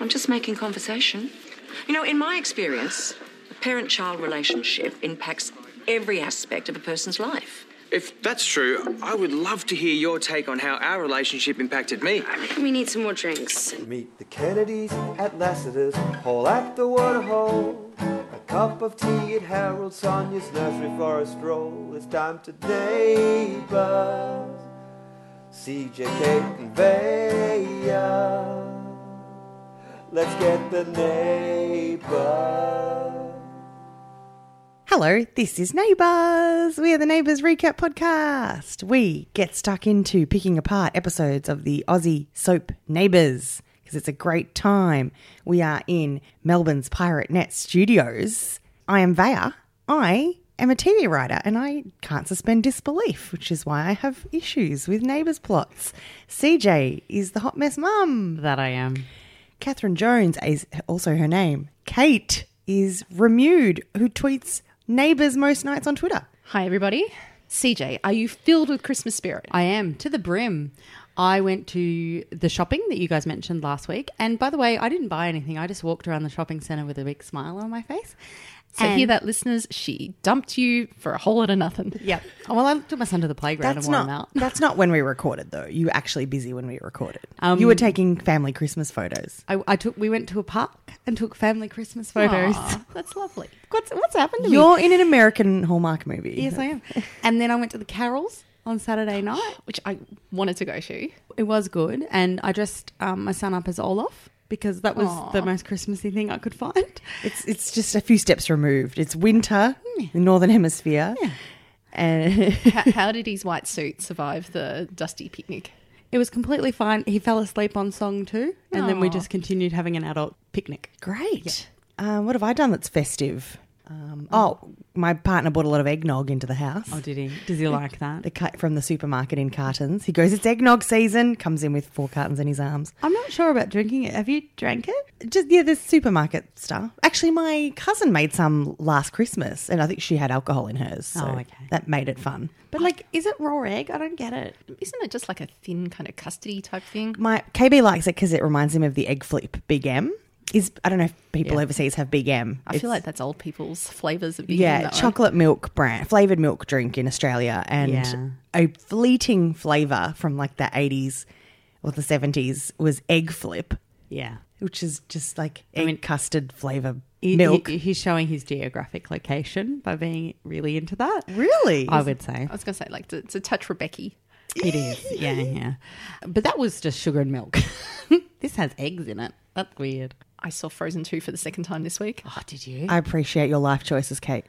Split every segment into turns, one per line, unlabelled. I'm just making conversation. You know, in my experience, a parent child relationship impacts every aspect of a person's life.
If that's true, I would love to hear your take on how our relationship impacted me.
We need some more drinks.
Meet the Kennedys at Lassiter's, Paul at the Waterhole. A cup of tea at Harold Sonia's nursery for a stroll. It's time to neighbors. CJ, Kate, and Vaya. Let's get the neighbors.
Hello, this is Neighbours. We are the Neighbours Recap Podcast. We get stuck into picking apart episodes of the Aussie soap Neighbours because it's a great time. We are in Melbourne's Pirate Net Studios. I am Vaya. I am a TV writer and I can't suspend disbelief, which is why I have issues with Neighbours plots. CJ is the hot mess mum.
That I am.
Catherine Jones is also her name. Kate is Remude, who tweets neighbors most nights on Twitter.
Hi, everybody.
CJ, are you filled with Christmas spirit?
I am to the brim. I went to the shopping that you guys mentioned last week. And by the way, I didn't buy anything. I just walked around the shopping centre with a big smile on my face.
So
And-
hear that, listeners. She dumped you for a whole lot of nothing.
Yeah. Oh, well, I took my son to the playground
That's
and wore him
not
out.
that's not when we recorded though. You were actually busy when we recorded.
Um,
you were taking family Christmas photos.
I, I took. We went to a park and took family Christmas photos.
Aw, that's lovely.
What's what's happened to me?
You're in an American Hallmark movie.
Yes, I am. And then I went to the Carols on Saturday night.
Which I wanted to go to.
It was good, and I dressed um, my son up as Olaf because that was
Aw.
the most Christmassy thing I could find.
It's it's just a few steps removed. It's winter, the northern hemisphere. And
How, how did his white suit survive the dusty picnic?
It was completely fine. He fell asleep on song two, and then we
Aw.
just continued having an adult picnic.
great. Um, what have I done that's festive? Um, oh, my partner bought a lot of eggnog into the house.
Oh, did he? Does he like that?
the cut from the supermarket in cartons. He goes, "It's eggnog season." Comes in with four cartons in his arms.
I'm not sure about drinking it. Have you drank it?
Just yeah, this supermarket stuff. Actually, my cousin made some last Christmas, and I think she had alcohol in hers. So
Oh, okay.
That made it fun.
But like, is it raw egg? I don't get it.
Isn't it just like a thin kind of custody type thing?
My KB likes it because it reminds him of the egg flip. Big M is I don't know if people
Yeah.
overseas have Big M.
I feel like that's old people's flavors of being
yeah, chocolate milk brand, flavored milk drink in Australia, and
Yeah.
a fleeting flavor from like the eighties or the seventies was egg flip.
Yeah.
which is just like egg
mean-
custard flavor
He-
milk.
he- he's showing his geographic location by being really into that.
really?
I would say
I was going to say, like, it's a- it's a touch Rebecca.
it is. Yeah, yeah. But that was just sugar and milk. this has eggs in it. That's weird.
I saw Frozen 2 for the second time this week.
Oh, did you?
I appreciate your life choices, Kate.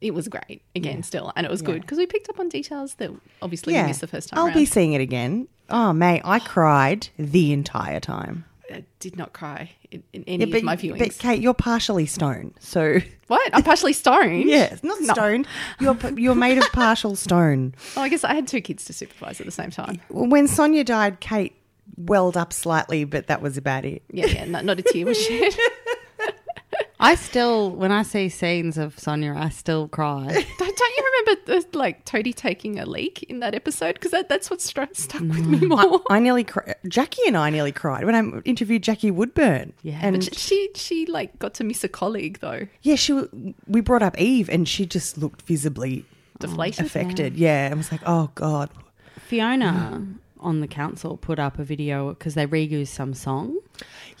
It was great, again, still. And it was good because we picked up on details that obviously we missed the first time
I'll
around.
be seeing it again. Oh, mate, I cried the entire time.
I did not cry in, in any
but,
of my
but,
viewings.
Kate, you're partially stoned, so
What? I'm partially stoned.
yes, not stoned. You're you're made of partial stone.
Oh, I guess I had two kids to supervise at the same time.
When Sonia died, Kate welled up slightly, but that was about it.
Yeah, yeah, not, not a tear was shed.
I still, when I see scenes of Sonia, I still cry.
don't, don't you remember the, like Toadie taking a leak in that episode? Because that, that's what stru- stuck with me more.
I nearly cri- Jackie and I nearly cried when I interviewed Jackie Woodburn. Yeah, and
But she she like got to miss a colleague though.
yeah, she w- we brought up Eve, and she just looked visibly
Deflated.
affected. Yeah. I was like, oh god.
Fiona on the council put up a video because they reused some song.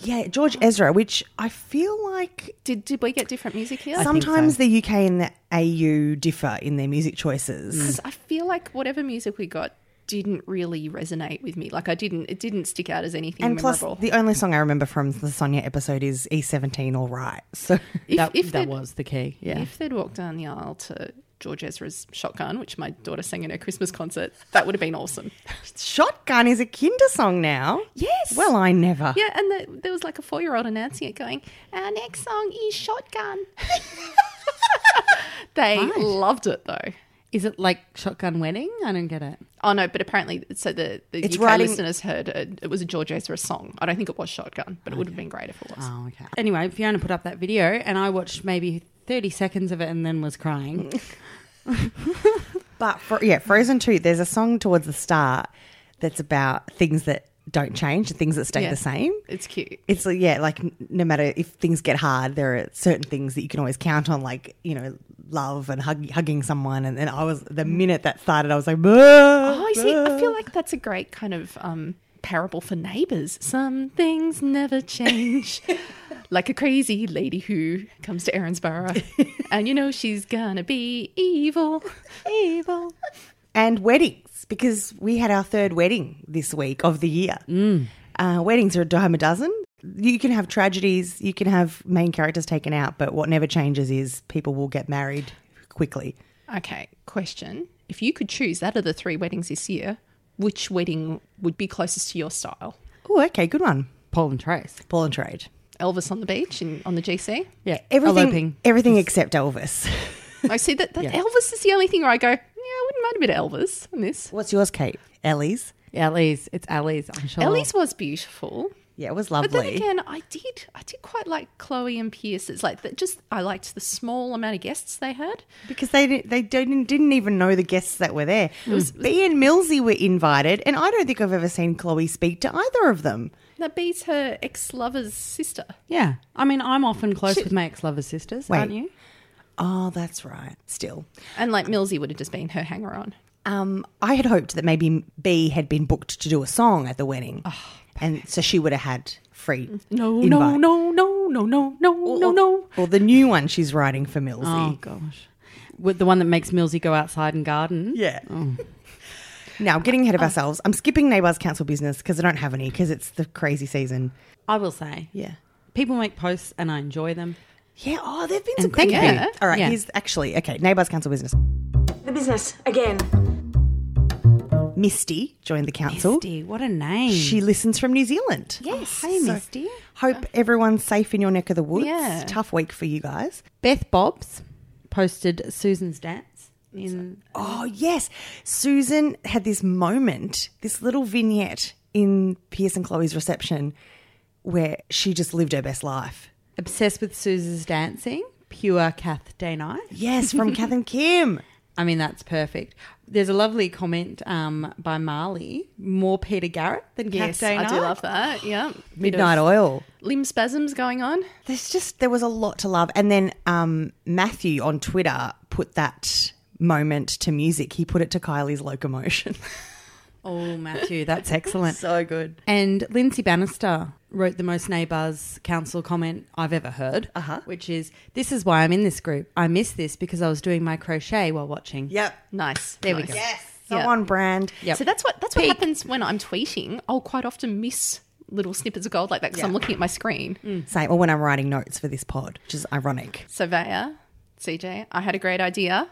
Yeah, George Ezra, which I feel like
Did did we get different music here?
sometimes the UK and the AU differ in their music choices.
'Cause I feel like whatever music we got didn't really resonate with me. Like I didn't it didn't stick out as anything
And plus,
memorable.
the only song I remember from the Sonia episode is E17 All Right. So
if,
that
if
that
they'd-
was the key. Yeah.
If they'd walked down the aisle to George Ezra's Shotgun, which my daughter sang at her Christmas concert, that would have been awesome.
Shotgun is a kinder song now.
Yes.
Well, I never.
Yeah, and the, there was like a four year old announcing it going, Our next song is Shotgun. they loved it though.
Is it like Shotgun Wedding? I don't get it.
Oh no, but apparently, so the, the
It's
UK
writing-
listeners heard a, it was a George Ezra song. I don't think it was Shotgun, but it would have been great if it was.
Um,
Oh, okay. Anyway, Fiona put up that video and I watched maybe 30 seconds of it and then was crying.
But for, yeah, Frozen 2, there's a song towards the start that's about things that don't change, the things that stay
Yeah.
the same.
It's cute.
It's like, yeah, like n- no matter if things get hard, there are certain things that you can always count on, like you know, love and hug, hugging someone. And then I was the minute that started, I was like,
Oh, I see. I feel like that's a great kind of um, parable for neighbors. Some things never change. like a crazy lady who comes to Erinsborough and you know she's gonna be evil.
evil. And weddings, because we had our third wedding this week of the year.
Mm.
Uh, weddings are a dime a dozen. You can have tragedies, you can have main characters taken out, but what never changes is people will get married quickly.
Okay, question. If you could choose out of the three weddings this year, which wedding would be closest to your style?
Oh, okay, good one.
Paul and Trace.
Paul and Trade.
Elvis on the beach and on the GC?
Yeah.
Everything,
Eloping.
everything except Elvis.
I see that, that Elvis is the only thing where I go, yeah, I wouldn't mind a bit of Elvis on this.
What's yours, Kate? Ellie's.
Ellie's. It's Ellie's, I'm sure.
Ellie's was beautiful.
Yeah, it was
But then
lovely.
again, I did I did quite like Chloe and Pierce. It's like that just I liked the small amount of guests they had.
because they didn't, they didn't didn't even know the guests that were there.
Mm.
Bea and Millsy were invited, and I don't think I've ever seen Chloe speak to either of them.
That beats her ex lover's sister.
Yeah. I mean, I'm often close with my ex lover's sisters, aren't
Wait.
you?
Oh, that's right. Still,
And like Millsy would have just been her hanger on.
um, I had hoped that maybe B had been booked to do a song at the wedding, and so she would have had free.
Oh, Mm. No, no,
invite.
no, no, no, no, no, no, no.
Or the new one she's writing for Millsy.
Oh, gosh. With the one that makes Millsy go outside and garden.
Yeah.
Oh.
Now, getting ahead of ourselves, I'm skipping Neighbours Council business because I don't have any because it's the crazy season.
I will say.
Yeah.
People make posts and I enjoy them.
Yeah. Oh, there've been
And
some great
thank
people.
you.
All right.
Yeah.
Here's actually okay. Neighbours Council business.
The business again.
Misty joined the council.
Misty, what a name.
She listens from New Zealand. Oh,
yes. hey,
So-
Misty.
Hope Uh, everyone's safe in your neck of the woods.
Yeah.
Tough week for you guys.
Beth Bobs posted Susan's dance in
Oh, yes. Susan had this moment, this little vignette in Pierce and Chloe's reception where she just lived her best life.
Obsessed with Susan's dancing, pure Kath Day night.
Yes, from Kath and Kim.
I mean, that's perfect. There's a lovely comment um, by Marley. More Peter Garrett than
Yes,
Kath Day
I
night.
do love that. Yeah.
Midnight Oil.
Limb spasms going on.
There's just, there was a lot to love. And then um, Matthew on Twitter put that moment to music. He put it to Kylie's locomotion.
Oh, Matthew, that's excellent. so good. And Lindsay Bannister wrote the most neighbours council comment I've ever heard, uh-huh. which is, This is why I'm in this group. I missed this because I was doing my crochet while watching.
yep.
Nice.
There we
nice.
go.
So
Yeah.
on brand.
Yep.
So that's what that's what
Peak.
happens when I'm tweeting. I'll quite often miss little snippets of gold like that because I'm looking at my screen.
Mm.
Same. Or "Oh, when I'm writing notes for this pod, which is ironic.
Surveyor, CJ, I had a great idea.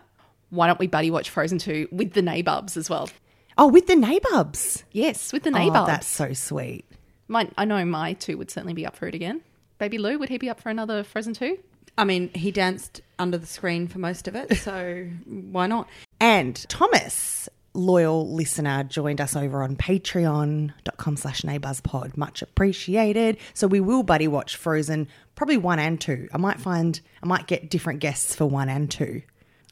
Why don't we buddy watch Frozen 2 with the nabobs as well?
Oh, with the nabobs.
Yes, with the
Oh,
nabobs.
that's so sweet.
my, I know my two would certainly be up for it again. Baby Lou, would he be up for another Frozen 2?
I mean, he danced under the screen for most of it, so why not?
And Thomas, loyal listener, joined us over on patreon.com slash neighbourspod. Much appreciated. So we will buddy watch Frozen, probably one and two. I might find, I might get different guests for one and two.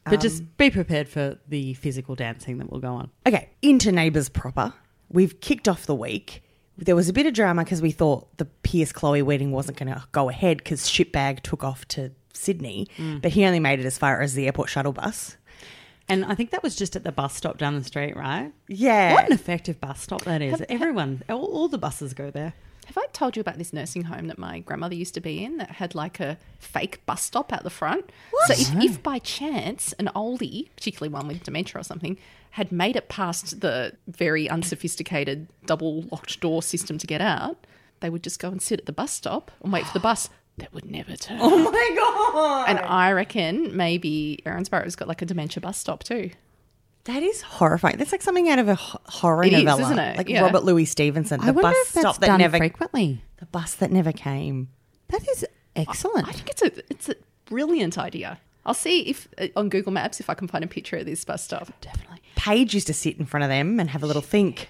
But just be prepared for the physical dancing that will go on.
Okay, into Neighbours proper. We've kicked off the week. There was a bit of drama because we thought the Pierce Chloe wedding wasn't going to go ahead because Shipbag took off to Sydney, but he only made it as far as the airport shuttle bus.
And I think that was just at the bus stop down the street, right?
Yeah.
What an effective bus stop that is. Everyone, all, all the buses go there.
Have I told you about this nursing home that my grandmother used to be in that had like a fake bus stop out the front? So if, if by chance an oldie, particularly one with dementia or something, had made it past the very unsophisticated double locked door system to get out, they would just go and sit at the bus stop and wait for the bus. That would never turn. Oh my god! And I reckon maybe Erinsborough's got like a dementia bus stop too.
That is horrifying. That's like something out of a h- horror
It is,
novella,
isn't it?
like
Yeah.
Robert Louis Stevenson. The
I wonder
bus
if that's
stop that
done
never,
frequently.
the bus that never came.
That is excellent.
I think it's a it's a brilliant idea. I'll see if uh, on Google Maps if I can find a picture of this bus stop.
Definitely.
Paige used to sit in front of them and have a little think.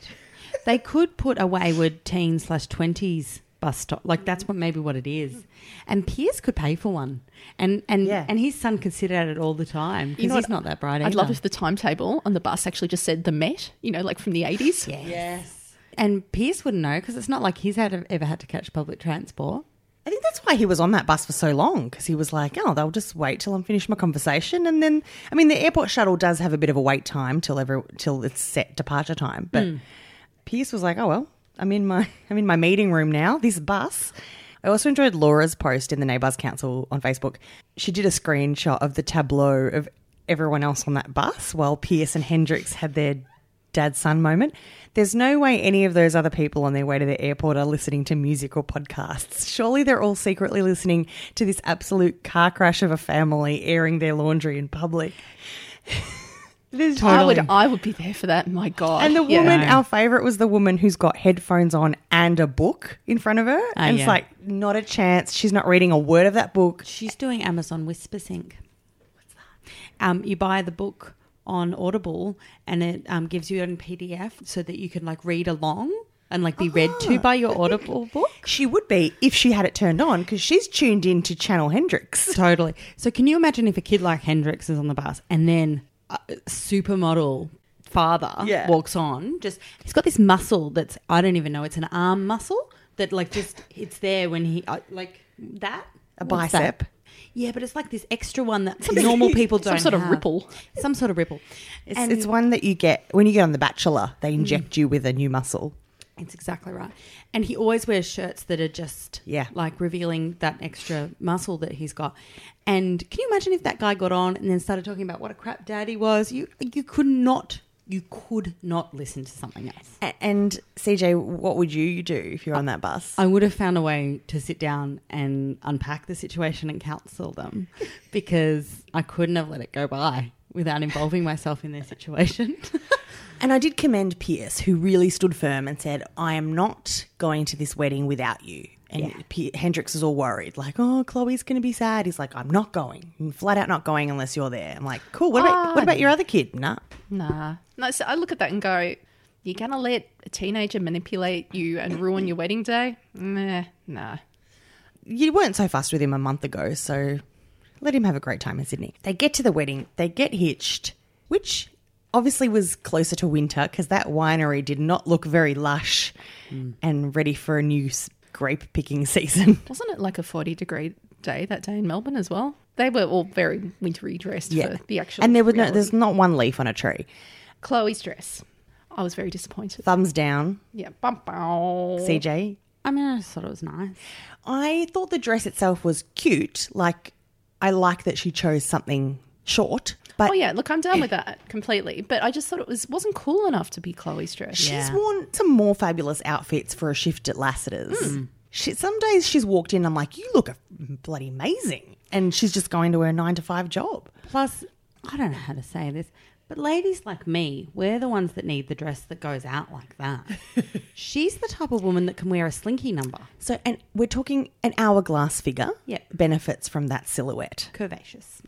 They could put a wayward teen slash twenties bus stop. Like that's what maybe what it is. And Pierce could pay for one. And and
Yeah.
and his son can sit at it all the time because
know
he's
what?
not that bright.
I'd love
either.
if the timetable on the bus actually just said the Met, you know, like from the 80s.
Yes. And Pierce wouldn't know because it's not like he's had ever had to catch public transport.
I think that's why he was on that bus for so long because he was like, oh, they'll just wait till I'm finished my conversation. And then, I mean, the airport shuttle does have a bit of a wait time till every, till it's set departure time. But Pierce was like, oh, well, I'm in my, I'm in my meeting room now, this bus. I also enjoyed Laura's post in the Neighbours Council on Facebook. She did a screenshot of the tableau of everyone else on that bus while Pierce and Hendricks had their dad son moment. There's no way any of those other people on their way to the airport are listening to music or podcasts. Surely they're all secretly listening to this absolute car crash of a family airing their laundry in public. There's-
I would I would be there for that. My God.
and the
Yeah.
woman, our favorite was the woman who's got headphones on and a book in front of her. and it's
yeah.
like, not a chance. She's not reading a word of that book.
She's doing Amazon Whisper Sync. What's that? Um, you buy the book on Audible and it um, gives you it in PDF so that you can like read along and like be read
Ah.
to by your Audible book.
She would be if she had it turned on because she's tuned in to Channel Hendrix.
Totally. So can you imagine if a kid like Hendrix is on the bus and then a supermodel father
Yeah.
walks on? Just he's got this muscle that's I don't even know. It's an arm muscle that like just it's there when he uh, like that
A
What's that?
bicep.
Yeah, but it's like this extra one that normal people
Some
don't.
sort of
have.
ripple.
Some sort of ripple.
It's, it's one that you get when you get on The Bachelor, they inject you with a new muscle.
It's exactly right. And he always wears shirts that are just
Yeah.
like revealing that extra muscle that he's got. And can you imagine if that guy got on and then started talking about what a crap dad he was? You you could not you could not listen to something else.
A- And CJ, what would you do if you're on that bus?
I would have found a way to sit down and unpack the situation and counsel them because I couldn't have let it go by without involving myself in their situation.
And I did commend Pierce, who really stood firm and said, I am not going to this wedding without you. And P- Hendrix is all worried, like, oh, Chloe's going to be sad. He's like, I'm not going. I'm flat out not going unless you're there. I'm like, cool. What about, what about your other kid? Nah.
Nah. No, so I look at that and go, you're going to let a teenager manipulate you and ruin your wedding day? Nah, nah.
you weren't so fussed with him a month ago, so let him have a great time in Sydney. They get to the wedding, they get hitched, which obviously was closer to winter because that winery did not look very lush and ready for a new s- grape picking season.
Wasn't it like a 40 degree day that day in Melbourne as well? They were all very wintry dressed for the actual.
and there was no,
reality.
there's not one leaf on a tree.
Chloe's dress. I was very disappointed.
Thumbs down,
Yeah. Bum, bum.
CJ.
I mean, I just thought it was nice.
I thought the dress itself was cute. Like, I like that she chose something short, but
Oh yeah, look, I'm down with that completely. But I just thought it was wasn't cool enough to be Chloe's dress.
She's worn some more fabulous outfits for a shift at Lassiter's.
Hmm.
She, some days she's walked in, I'm like, you look a- bloody amazing. And she's just going to her nine to five job.
Plus, I don't know how to say this, but ladies like me, we're the ones that need the dress that goes out like that. She's the type of woman that can wear a slinky number.
So, and we're talking an hourglass figure
Yep.
benefits from that silhouette.
Curvaceous.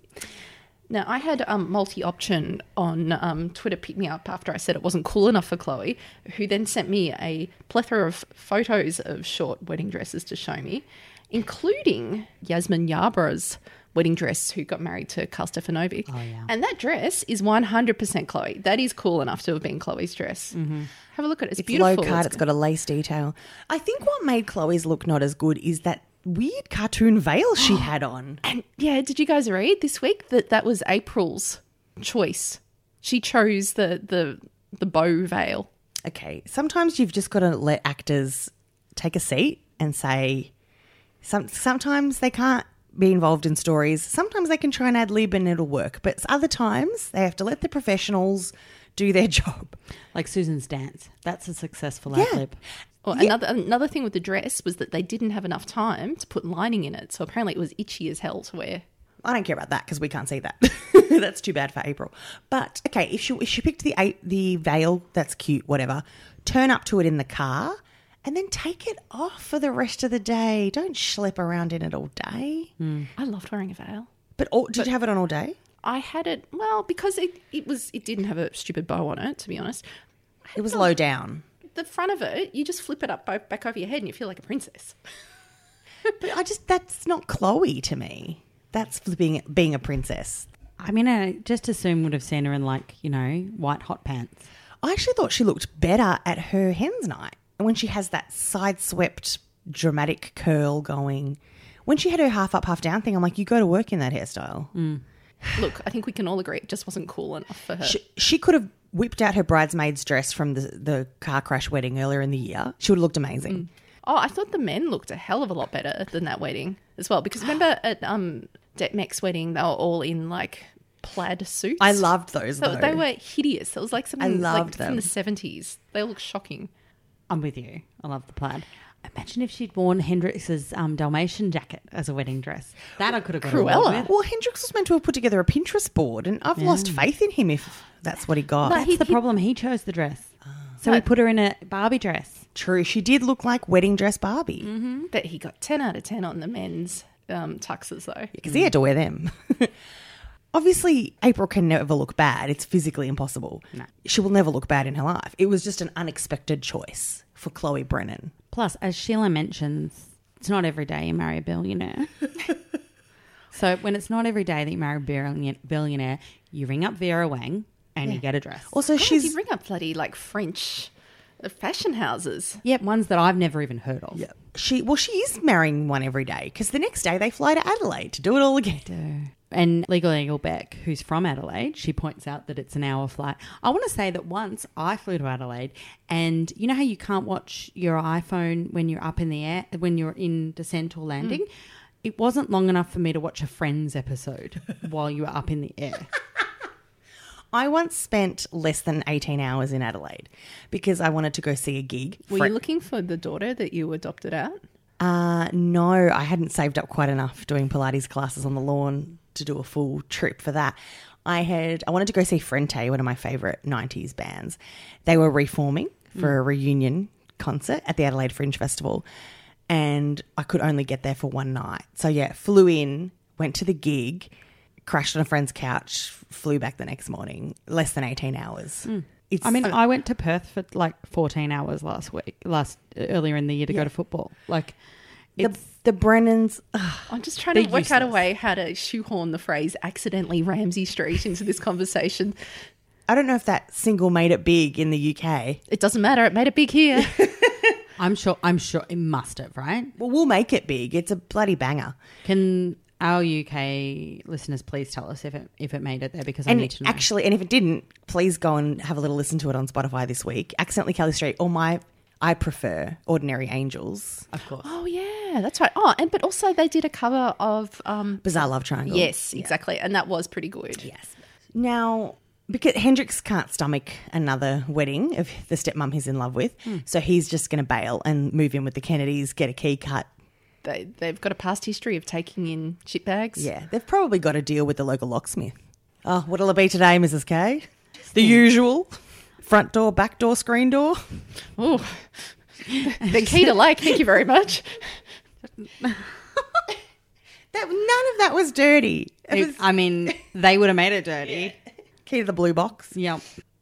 Now I had um, multi option on um, Twitter pick me up after I said it wasn't cool enough for Chloe, who then sent me a plethora of photos of short wedding dresses to show me, including Yasmin Yabra's wedding dress, who got married to Karl Stefanovic. Oh, yeah. And that dress is 100% Chloe. That is cool enough to have been Chloe's dress. Have a look at it. Mm-hmm. It's,
It's
beautiful.
low cut,
It's-
it's got a lace detail. I think what made Chloe's look not as good is that weird cartoon veil she had on.
And yeah, did you guys read this week that that was April's choice? She chose the the the bow veil.
Okay, sometimes you've just got to let actors take a seat and say. Some sometimes they can't be involved in stories. Sometimes they can try and ad lib and it'll work, but other times they have to let the professionals do their job.
Like Susan's dance. That's a successful
Yeah.
ad lib.
Or another another thing with the dress was that they didn't have enough time to put lining in it, so apparently it was itchy as hell to wear.
I don't care about that because we can't see that. that's too bad for April. But okay, if she if she picked the a- the veil, that's cute. Whatever. Turn up to it in the car, and then take it off for the rest of the day. Don't schlep around in it all day.
I loved wearing a veil.
But all, did you have it on all day?
I had it well because it, it was it didn't have a stupid bow on it to be honest.
It was low down.
The front of it, you just flip it up bo- back over your head and you feel like a princess.
But I just that's not Chloe to me. That's flipping being a princess.
I mean, I just as soon would have seen her in like, you know, white hot pants.
I actually thought she looked better at her hens night. and when she has that side swept dramatic curl going, when she had her half up, half down thing, I'm like, you go to work in that hairstyle.
Look, I think we can all agree it just wasn't cool enough for her.
She, she could have whipped out her bridesmaid's dress from the, the car crash wedding earlier in the year. She would have looked amazing.
Oh, I thought the men looked a hell of a lot better than that wedding as well. Because remember at um Detmec's wedding, they were all in like plaid suits.
I loved those.
They,
Though.
they were hideous. It was like something
loved
like from
them.
the seventies. They look shocking.
I'm with you. I love the plaid. Imagine if she'd worn Hendrix's um, Dalmatian jacket as a wedding dress. That I could have got away
Cruella.
with.
Well, Hendrix was meant to have put together a Pinterest board, and I've lost faith in him if that's what he Ah. got.
That's the problem. He chose the dress, so we put her in a Barbie dress.
True, she did look like wedding dress Barbie because
That he got ten out of ten on the men's um, tuxes though.
he had to wear them. Obviously, April can never look bad. It's physically impossible. She will never look bad in her life. It was just an unexpected choice for Chloe Brennan.
Plus, as Sheila mentions, it's not every day you marry a billionaire. so when it's not every day that you marry a billion- billionaire, you ring up Vera Wang and you get a dress.
Also,
God,
she's
you bring up bloody like French uh, fashion houses.
Yep, ones that I've never even heard of. Yep.
she well, she is marrying one every day because the next day they fly to Adelaide to do it all again.
And Legal Eagle Beck, who's from Adelaide, she points out that it's an hour flight. I want to say that once I flew to Adelaide, and you know how you can't watch your iPhone when you're up in the air, when you're in descent or landing? It wasn't long enough for me to watch a Friends episode while you were up in the air.
I once spent less than eighteen hours in Adelaide because I wanted to go see a gig.
Were
Fre-
you looking for the daughter that you adopted out?
Uh, no, I hadn't saved up quite enough doing Pilates classes on the lawn to do a full trip for that. I had I wanted to go see Frente, one of my favorite '90s bands. They were reforming for a reunion concert at the Adelaide Fringe Festival, and I could only get there for one night. So yeah, flew in, went to the gig, crashed on a friend's couch, flew back the next morning. Less than 18 hours. It's
Hmm.
uh,
I mean, I went to Perth for like 14 hours last week, last earlier in the year to go to football. Like,
the, the Brennans.
I'm just trying to
They're
work out a
useless.
way how to shoehorn the phrase accidentally Ramsey Street into this conversation.
I don't know if that single made it big in the UK.
It doesn't matter. It made it big here.
I'm sure, I'm sure it must have, right?
Well, we'll make it big. It's a bloody banger.
Can our UK listeners please tell us if it if it made it there? Because I need
And
to know.
actually, and if it didn't, please go and have a little listen to it on Spotify this week. Accidentally Kelly Street or my, I prefer Ordinary Angels.
of course,
oh yeah, that's right. Oh, and but also they did a cover of um
Bizarre Love Triangle.
Yes, exactly. And that was pretty good. Yes.
Now, because Hendrix can't stomach another wedding of the stepmom he's in love with, so he's just going to bail and move in with the Kennedys, get a key cut.
They they've got a past history of taking in shit bags.
Yeah, they've probably got to deal with the local locksmith. Oh, what'll it be today, Mrs. K? The usual front door, back door, screen door.
Ooh. the key to like, thank you very much.
That none of that was dirty. It was
I mean, they would have made it dirty.
key to the blue box.
Yep.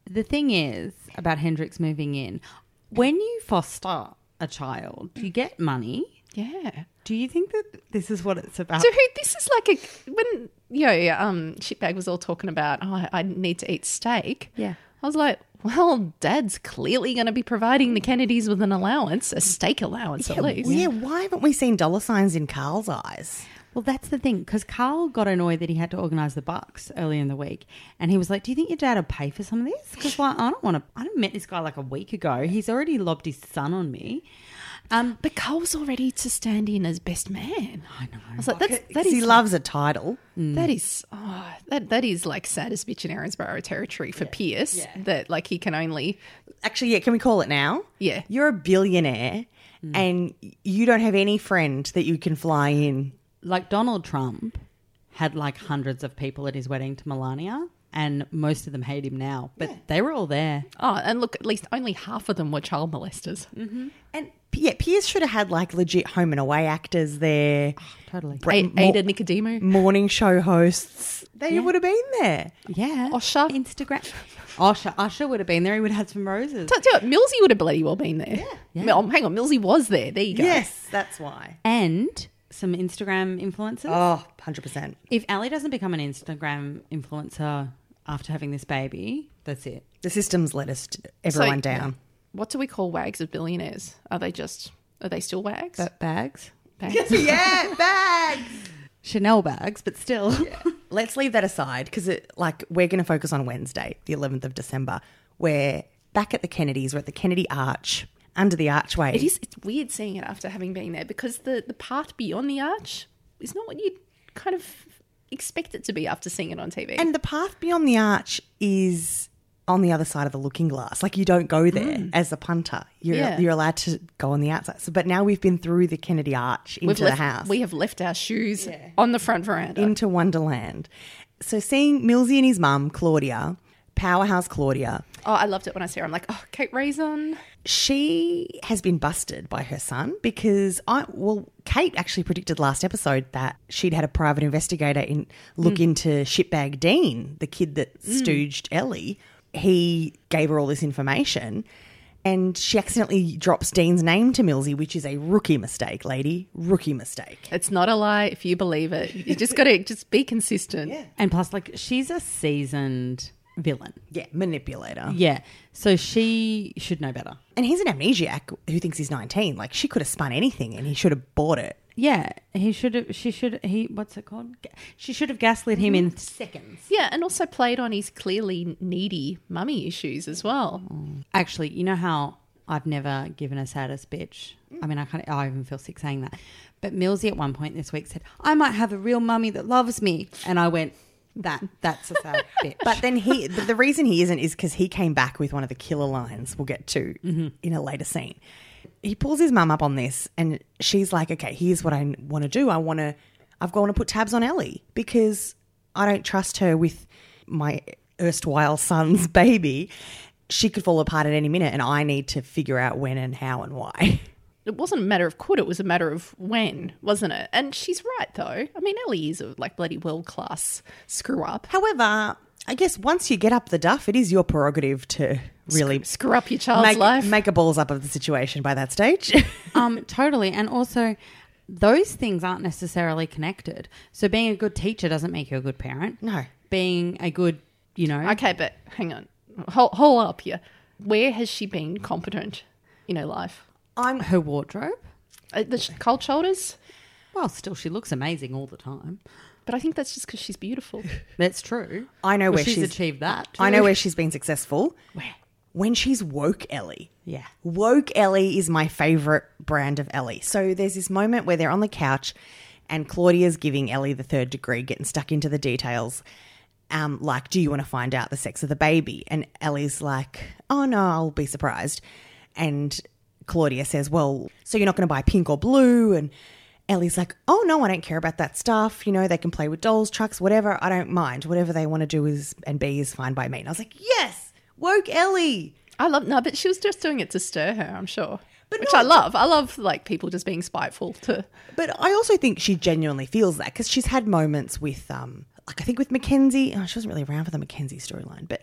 The thing is about Hendrix moving in. When you foster a child, you get money.
Yeah.
Do you think that this is what it's about?
Dude, this is like a when you know, um shitbag was all talking about oh, I- I need to eat steak.
Yeah.
I was like, well, dad's clearly going to be providing the Kennedys with an allowance, a steak allowance at least.
Yeah, why haven't we seen dollar signs in Carl's eyes?
Well, that's the thing, because Carl got annoyed that he had to organise the bucks early in the week, and he was like, "Do you think your dad would pay for some of this?" Because like, I don't want to. I done met this guy like a week ago. He's already lobbed his son on me.
But Cole's already to stand in as best man. I know. I was like, uh, that's, that
'Cause he
is
loves a title.
that is oh, that that is like saddest bitch in Erinsborough territory for Pierce. That like he can only
Actually, yeah, can we call it now?
Yeah. Hmm.
You're a billionaire and you don't have any friend that you can fly in.
Like Donald Trump had like hundreds of people at his wedding to Melania, and most of them hate him now, but they were all there.
oh and look at least only half of them were child molesters.
Mm-hmm. And P- yeah, Piers should have had like legit home and away actors there,
Totally.
Bre-
Oh, A-
mor-
Ada Nicodemo.
morning show hosts. They would have been there.
Yeah.
Osher.
Instagram. Osher. Usher would have been there. He would have had some roses.
Tell- tell you what, Millsy would have bloody well been there. Yeah. Oh, hang on, Millsy was there. There you go.
Yes, that's why.
And some Instagram influencers.
Oh, 100%.
If Ali doesn't become an Instagram influencer after having this baby, that's it.
The systems let us t- everyone down.
what do we call wags of billionaires? Are they just are they still wags?
But bags.
Bags?
yeah, bags.
Chanel bags, but still.
Let's leave that aside because, like, we're going to focus on Wednesday, the 11th of December. We're back at the Kennedys. We're at the Kennedy Arch, under the archway.
It is it's weird seeing it after having been there because the the part beyond the arch is not what you kind of expect it to be after seeing it on TV.
And the path beyond the arch is on the other side of the looking glass. Like you don't go there as a punter. You're
Mm. Yeah.
you're allowed to go on the outside. So, but now we've been through the Kennedy Arch into the
left,
house,
We have left our shoes on the front veranda.
into Wonderland. So seeing Millsy and his mum Claudia, powerhouse Claudia,
oh, I loved it when I saw her. I'm like, oh, Kate Rayson.
she has been busted by her son because I well Kate actually predicted last episode that she'd had a private investigator in look into shitbag Dean, the kid that stooged Ellie. He gave her all this information and she accidentally drops Dean's name to Millsy, which is a rookie mistake, lady. Rookie mistake.
It's not a lie if you believe it. You just got to just be consistent.
And plus, like, she's a seasoned villain.
Yeah, manipulator.
Yeah. So she should know better.
And he's an amnesiac who thinks he's 19. Like she could have spun anything and he should have bought it.
Yeah. He should have, she should, he, what's it called? Ga- She should have gaslit him in seconds.
Yeah, and also played on his clearly needy mummy issues as well.
Actually, you know how I've never given a saddest bitch? I mean, I can't, I even feel sick saying that. But Millsy at one point this week said, I might have a real mummy that loves me. And I went, that, that's a sad bitch.
But then he, but the reason he isn't is because he came back with one of the killer lines we'll get to in a later scene. He pulls his mum up on this and she's like, okay, here's what I want to do. I want to, I've got to put tabs on Ellie because I don't trust her with my erstwhile son's baby. She could fall apart at any minute and I need to figure out when and how and why.
It wasn't a matter of could, it was a matter of when, wasn't it? And she's right, though. I mean, Ellie is a like bloody world class screw up.
However, I guess once you get up the duff, it is your prerogative to really
Screw up your child's
make,
life.
make a balls up of the situation by that stage.
Um, totally. And also, those things aren't necessarily connected. So being a good teacher doesn't make you a good parent.
No.
Being a good, you know,
okay, but hang on. Hold, hold up here. Where has she been competent in her life?
I'm
her wardrobe.
Uh, the sh- cold shoulders?
Well, still, she looks amazing all the time.
But I think that's just because she's beautiful.
That's true.
I know
Well,
where
she's,
she's-
achieved that.
I know
too.
where she's been successful. Where? When she's woke Ellie.
Yeah.
Woke Ellie is my favorite brand of Ellie. So there's this moment where they're on the couch and Claudia's giving Ellie the third degree, getting stuck into the details. Um, like, do you want to find out the sex of the baby? And Ellie's like, oh no, I'll be surprised. And Claudia says, well, so you're not going to buy pink or blue? And Ellie's like, oh no, I don't care about that stuff. You know, they can play with dolls, trucks, whatever. I don't mind. Whatever they want to do is and be is fine by me. And I was like, yes, woke Ellie.
I love no, but she was just doing it to stir her. I'm sure, which I love. I love like people just being spiteful to.
But I also think she genuinely feels that because she's had moments with, um, like I think with Mackenzie. Oh, she wasn't really around for the Mackenzie storyline, but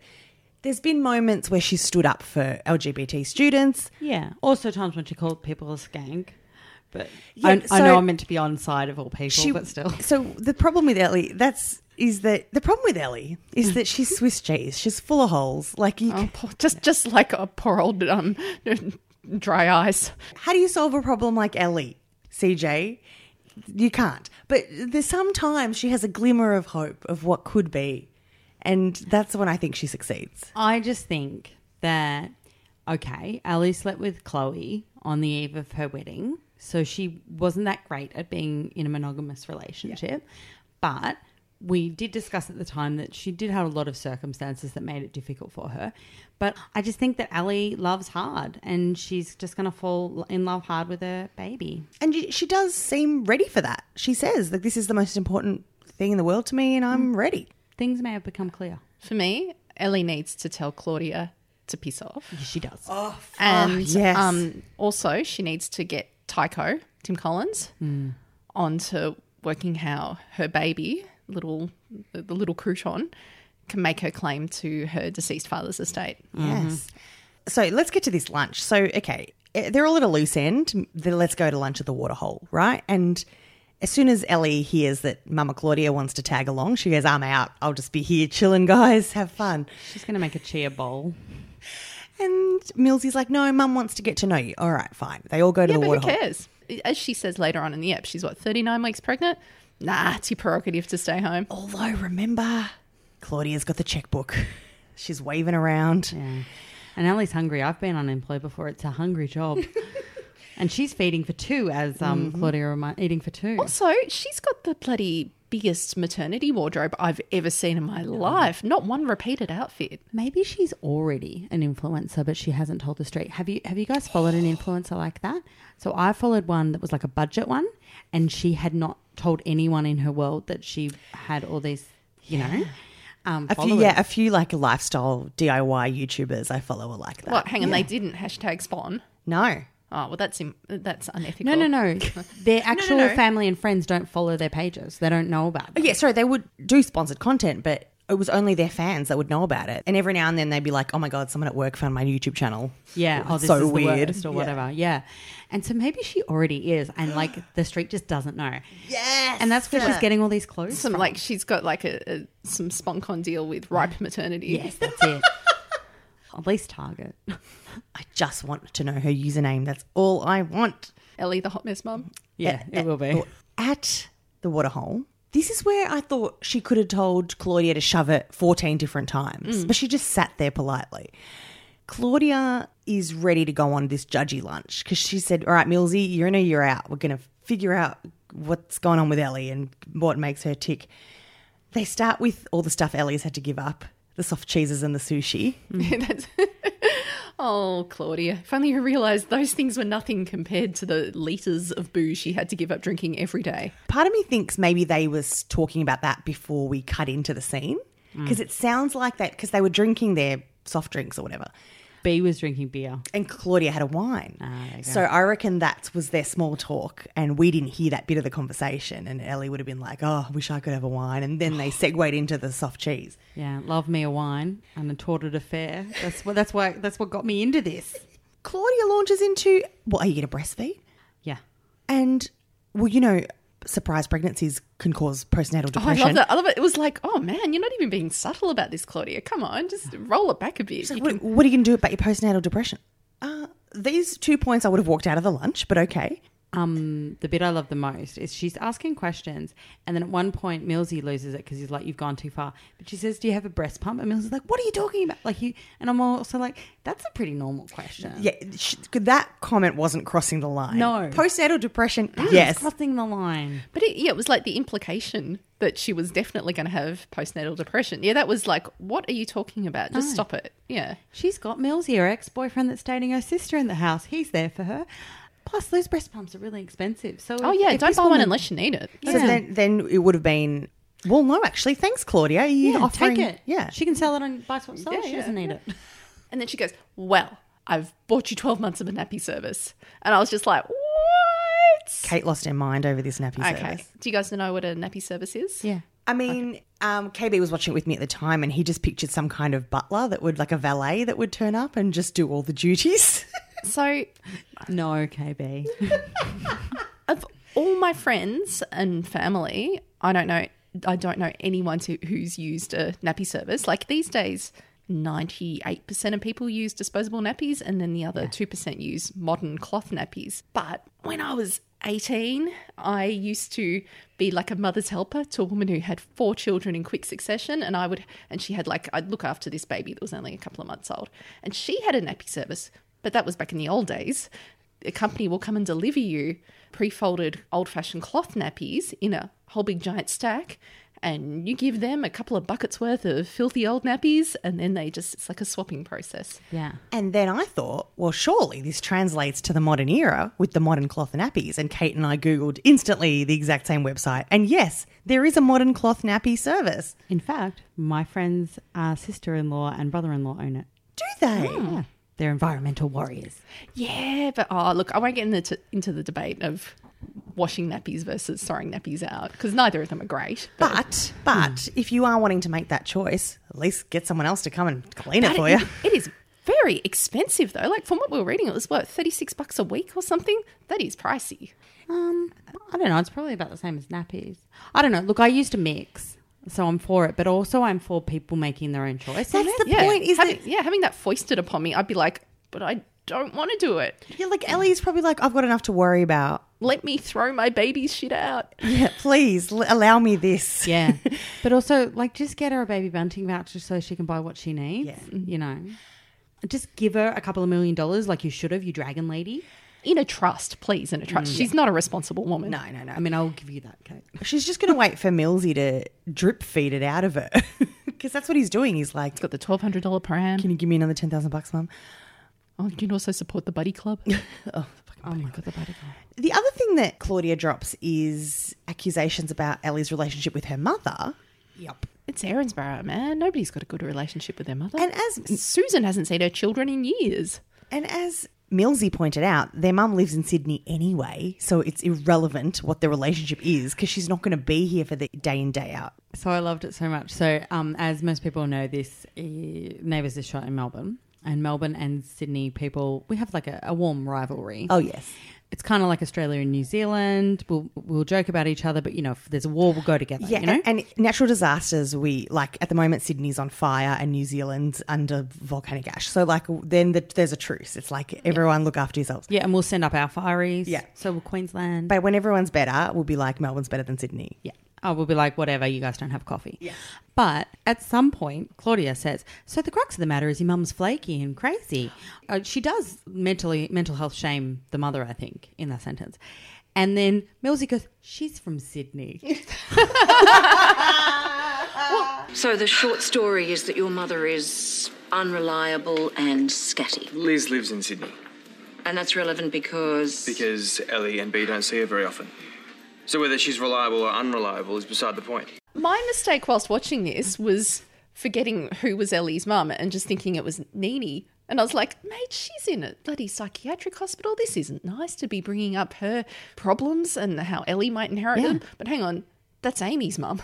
there's been moments where she stood up for LGBT students.
Yeah. Also, times when she called people a skank. But
Yeah,
I,
so-
I know I'm meant to be on side of all people,
She,
but still.
So the problem with Ellie, that's is that the problem with Ellie is that she's Swiss cheese. She's full of holes. Like, you,
Oh, poor, just just like a poor old um, dry ice.
how do you solve a problem like Ellie, CJ? You can't. But there's sometimes she has a glimmer of hope of what could be, and that's when I think she succeeds.
I just think that okay, Ellie slept with Chloe on the eve of her wedding, so she wasn't that great at being in a monogamous relationship. But we did discuss at the time that she did have a lot of circumstances that made it difficult for her. But I just think that Ellie loves hard and she's just going to fall in love hard with her baby.
And y- she does seem ready for that. She says, like, this is the most important thing in the world to me, and
Mm-hmm.
I'm ready.
Things may have become clear.
For me, Ellie needs to tell Claudia to piss off,
She does.
and
yes.
um, also she needs to get Tycho Tim Collins onto working how her baby little the the little crouton can make her claim to her deceased father's estate.
Yes. So let's get to this lunch. So, okay, eh, they're all at a loose end. Then let's go to lunch at the waterhole, right? And as soon as Ellie hears that Mama Claudia wants to tag along, she goes, I'm out. I'll just be here chilling, guys. Have fun.
She's going to make a chia bowl.
And Millsy's like, no, mum wants to get to know you. All right, fine. They all go to
Yeah,
the
but who
waterhole.
cares? As she says later on in the app, she's what, 39 weeks pregnant? Nah, it's your prerogative to stay home.
Although, remember, Claudia's got the checkbook. She's waving around.
And Ali's hungry. I've been unemployed before. It's a hungry job. and she's feeding for two, as um, Claudia remind, eating for two.
Also, she's got the bloody biggest maternity wardrobe I've ever seen in my life. Not one repeated outfit.
Maybe she's already an influencer, but she hasn't told the street. Have you have you guys followed an influencer like that? So I followed one that was like a budget one, and she had not told anyone in her world that she had all these, you know, um,
A few,
followers.
yeah, a few like lifestyle DIY YouTubers I follow are like that.
Well, hang on, they didn't hashtag spawn.
No.
Oh, well, that's im- that's unethical.
No, no, no. Their actual family and friends don't follow their pages. They don't know about.
Oh, yeah, sorry, they would do sponsored content, but it was only their fans that would know about it. And every now and then they'd be like, oh my God, someone at work found my YouTube channel.
Yeah. Oh, this
So
is the
weird.
worst or
Yeah.
whatever. Yeah. And so maybe she already is, and like the street just doesn't know. Yes. And that's where she's getting all these clothes
Some
from.
like she's got like a, a some sponcon deal with ripe maternity.
yes, that's it. At least Target.
I just want to know her username. That's all I want.
Ellie the hot mess mum.
Yeah,
At- At the waterhole. This is where I thought she could have told Claudia to shove it 14 different times, but she just sat there politely. Claudia is ready to go on this judgy lunch because she said, All right, Millsy, you're in or you're out. We're going to figure out what's going on with Ellie and what makes her tick. They start with all the stuff Ellie's had to give up the soft cheeses and the sushi.
That's- oh, Claudia. If only you realised those things were nothing compared to the litres of booze she had to give up drinking every day.
Part of me thinks maybe they was talking about that before we cut into the scene
Mm.
because it sounds like that because they were drinking their soft drinks or whatever,
B was drinking beer.
and Claudia had a wine.
Ah,
so I reckon that was their small talk, and we didn't hear that bit of the conversation. And Ellie would have been like, "Oh, I wish I could have a wine," and then they segued into the soft cheese.
Yeah, love me a wine and a torted affair. That's what. That's why. That's what got me into this.
Claudia launches into, "What are you going to breastfeed?"
Yeah.
And well, you know, surprise pregnancies can cause postnatal
Oh, I
depression.
love that. I love it. It was like, oh man, you're not even being subtle about this, Claudia. Come on, just roll it back a bit. You
what, what are you going to do about your postnatal depression? Uh, these two points I would have walked out of the lunch, but okay.
Um, the bit I love the most is she's asking questions, and then at one point Millsy loses it because he's like, "You've gone too far." But she says, "Do you have a breast pump?" And Millsy's like, "What are you talking about?" Like you, and I'm also like, "That's a pretty normal question."
Yeah, sh that comment wasn't crossing the line.
No.
Postnatal depression,
It's
Mm, yes.
crossing the line.
But it, yeah, it was like the implication that she was definitely going to have postnatal depression. Yeah, that was like, what are you talking about? Just stop it. Yeah.
She's got Millsy, her ex-boyfriend that's dating her sister in the house. He's there for her. Plus, those breast pumps are really expensive. So,
Oh
if-
yeah,
if
don't
this
buy one
woman-
unless you need it.
So then, then it would have been, well, no, actually, thanks, Claudia. You
Yeah,
offering,
take it.
Yeah.
she can sell it on buy swap sell.
Yeah,
she
yeah.
doesn't need it.
And then she goes, well, I've bought you 12 months of a nappy service. And I was just like, what?
Kate lost her mind over this nappy
Okay.
service.
Do you guys know what a nappy service is?
Yeah.
I mean, um, KB was watching it with me at the time, and he just pictured some kind of butler that would, like a valet that would turn up and just do all the duties.
So
No, KB.
of all my friends and family, I don't know. I don't know anyone to, who's used a nappy service. Like these days, ninety-eight percent of people use disposable nappies, and then the other two percent use modern cloth nappies. But when I was eighteen, I used to be like a mother's helper to a woman who had four children in quick succession, and I would and she had like I'd look after this baby that was only a couple of months old, and she had a nappy service, but that was back in the old days a company will come and deliver you pre-folded old-fashioned cloth nappies in a whole big giant stack and you give them a couple of buckets worth of filthy old nappies and then they just it's like a swapping process
Yeah.
And then I thought, well, surely this translates to the modern era with the modern cloth nappies. And Kate and I Googled instantly the exact same website. And yes, there is a modern cloth nappy service.
In fact, my friend's uh, sister-in-law and brother-in-law own it.
Do they?
Yeah. They're environmental warriors.
yeah but oh look i won't get into, into the debate of washing nappies versus throwing nappies out because neither of them are great
But, but if you are wanting to make that choice, at least get someone else to come and clean it
But
for
it-
you.
it is very expensive though like from what we were reading it was what 36 bucks a week or something that is pricey
Um, I don't know. It's probably about the same as nappies. I don't know. Look, I used to mix. So I'm for it, but also I'm for people making their own choice.
That's the
Yeah.
point. Is
having,
that
yeah, having that foisted upon me, I'd be like, but I don't want to do it.
yeah, like Ellie's probably like, I've got enough to worry about.
Let me throw my baby's shit out.
Yeah, please l- allow me this.
Yeah. but also, like, just get her a baby bunting voucher so she can buy what she needs. You know, Mm-hmm. just give her a couple of million dollars like you should have, you dragon lady.
In a trust, please, in a
Mm.
trust. She's not a responsible woman.
No, no, no. I mean, I'll give you that, Kate.
She's just going to wait for Millsy to drip feed it out of her because that's what he's doing. He's like,
Got the twelve hundred dollar per hand.
Can you give me another ten thousand bucks, Mum?
Oh, you can also support the buddy club.
Oh my God, the body clock.
The other thing that Claudia drops is accusations about Ellie's relationship with her mother.
Yep.
it's Erinsborough, man. Nobody's got a good relationship with their mother.
And uh, as
Susan hasn't seen her children in years.
and as Millsy pointed out, their mum lives in Sydney anyway, so it's irrelevant what their relationship is because she's not going to be here for the day in day out.
So I loved it so much. So, um, as most people know, this uh, Neighbours is shot in Melbourne. And Melbourne and Sydney people, we have like a, a warm rivalry.
Oh yes,
It's kind of like Australia and New Zealand. We'll, we'll joke about each other, but you know, if there's a war, we'll go together.
yeah.
you know?
And natural disasters, we like at the moment Sydney's on fire and New Zealand's under volcanic ash. So like then the, there's a truce. It's like everyone look after yourselves.
Yeah, and we'll send up our fireys.
Yeah.
So will Queensland.
But when everyone's better, we'll be like Melbourne's better than Sydney.
yeah. I will be like, whatever, you guys don't have coffee. Yeah. But at some point, Claudia says, so the crux of the matter is your mum's flaky and crazy. Uh, she does mentally mental health shame the mother, I think, in that sentence. And then Millsy goes, she's from Sydney.
So the short story is that your mother is unreliable and scatty.
Liz lives in Sydney
And that's relevant because.
because Ellie and B don't see her very often. So whether she's reliable or unreliable is beside the point.
My mistake whilst watching this was forgetting who was Ellie's mum and just thinking it was Nini. And I was like, mate, she's in a bloody psychiatric hospital. This isn't nice to be bringing up her problems and how Ellie might inherit them. But hang on, that's Amy's mum.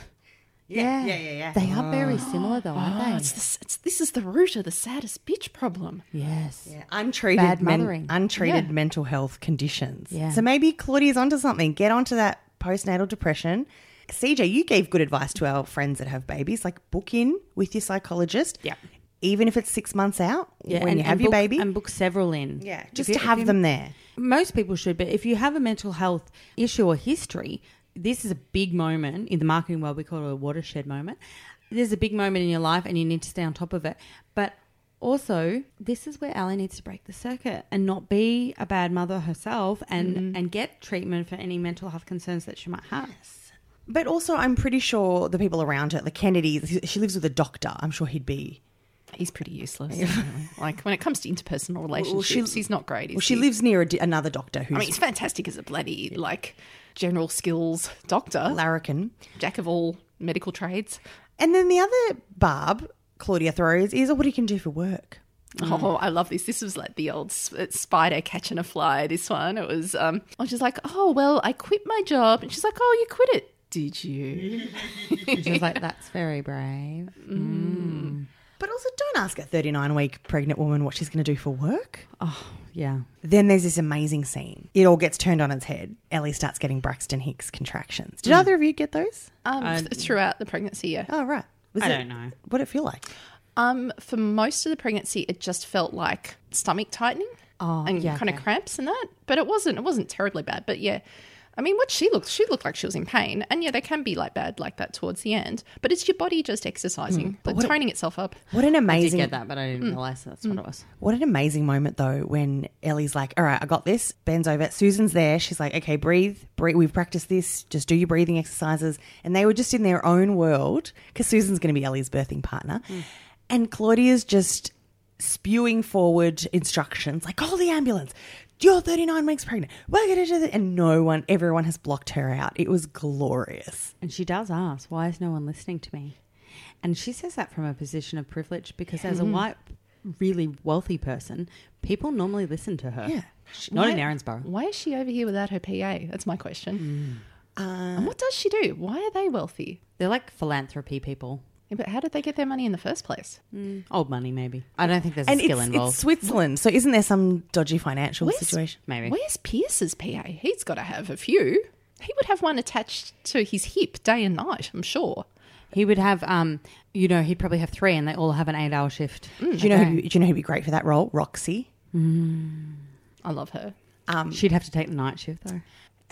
Yeah. Yeah, yeah, yeah. They are very similar, though,
Oh,
aren't
it's this, it's, this is the root of the saddest bitch problem.
they? Yes.
untreated
Bad
men-
mothering.
untreated
Yeah.
mental health conditions.
Yeah.
So maybe Claudia's onto something. Get onto that postnatal depression. CJ, you gave good advice to our friends that have babies. Like book in with your psychologist.
Yeah.
Even if it's six months out
Yeah,
when
and-
you have
and
your
book-
baby.
And book several in.
yeah.
If
Just
you-
to
if
have
you-
them there.
Most people should, but if you have a mental health issue or history, this is a big moment in the marketing world. We call it a watershed moment. There's a big moment in your life, and you need to stay on top of it. But also, this is where Ali needs to break the circuit and not be a bad mother herself, and and get treatment for any mental health concerns that she might have.
But also, I'm pretty sure the people around her, the Kennedys, she lives with a doctor. I'm sure he'd be.
He's pretty useless. like when it comes to interpersonal relationships, he's not great. Is
Well, she
he?
lives near a di- another doctor who's
I mean, he's fantastic as a bloody like general skills doctor,
larrikin.
jack of all medical trades.
And then the other barb Claudia throws is, oh, what he can do for work.
Oh, I love this. This was like the old s- uh, spider catching a fly. This one, it was. Um, I was just like, oh well, I quit my job, and she's like, oh, you quit it, did you?
She was like, "That's very brave."
But also, don't ask a 39 week pregnant woman what she's going to do for work.
Yeah,
Then there's this amazing scene. It all gets turned on its head. Ellie starts getting Braxton Hicks contractions.
Hmm.
Did either of you get those?
Um, th- throughout the pregnancy, yeah.
Oh, right. Was
I
it-
don't know.
What'd it feel like?
Um, for most of the pregnancy, it just felt like stomach tightening and kind of cramps and that. But it wasn't. It wasn't terribly bad. But yeah, I mean, what she looked, she looked like she was in pain. And yeah, they can be like bad like that towards the end. But it's your body just exercising, like toning itself up.
What an
I did
amazing,
get that, but I didn't realize that's what it was.
what an amazing moment though when Ellie's like, "All right, I got this." Bends over. Susan's there. She's like, "Okay, breathe, breathe. We've practiced this. Just do your breathing exercises." And they were just in their own world because Susan's going to be Ellie's birthing partner,
Hmm.
and Claudia's just spewing forward instructions like, "Call the ambulance." You're 39 weeks pregnant. We're going to do that. And no one, everyone has blocked her out. It was glorious.
And she does ask, why is no one listening to me? And she says that from a position of privilege because as a white, really wealthy person, people normally listen to her.
Yeah.
Not in Erinsborough.
Why is she over here without her PA? That's my question. and what does she do? Why are they wealthy?
They're like philanthropy people.
Yeah, but how did they get their money in the first place?
Old money, maybe. I don't think there's
And
a skill
it's,
involved.
it's Switzerland. So isn't there some dodgy financial
Where's-
situation?
maybe.
Where's Pierce's PA? He's got to have a few. He would have one attached to his hip day and night, I'm sure.
He would have, um, you know, he'd probably have three, and they all have an eight-hour shift.
do you know who, do you know who'd be great for that role? Roxy.
I love her.
Um,
She'd have to take the night shift though.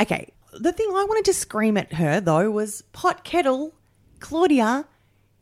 Okay. The thing I wanted to scream at her though was pot kettle, Claudia,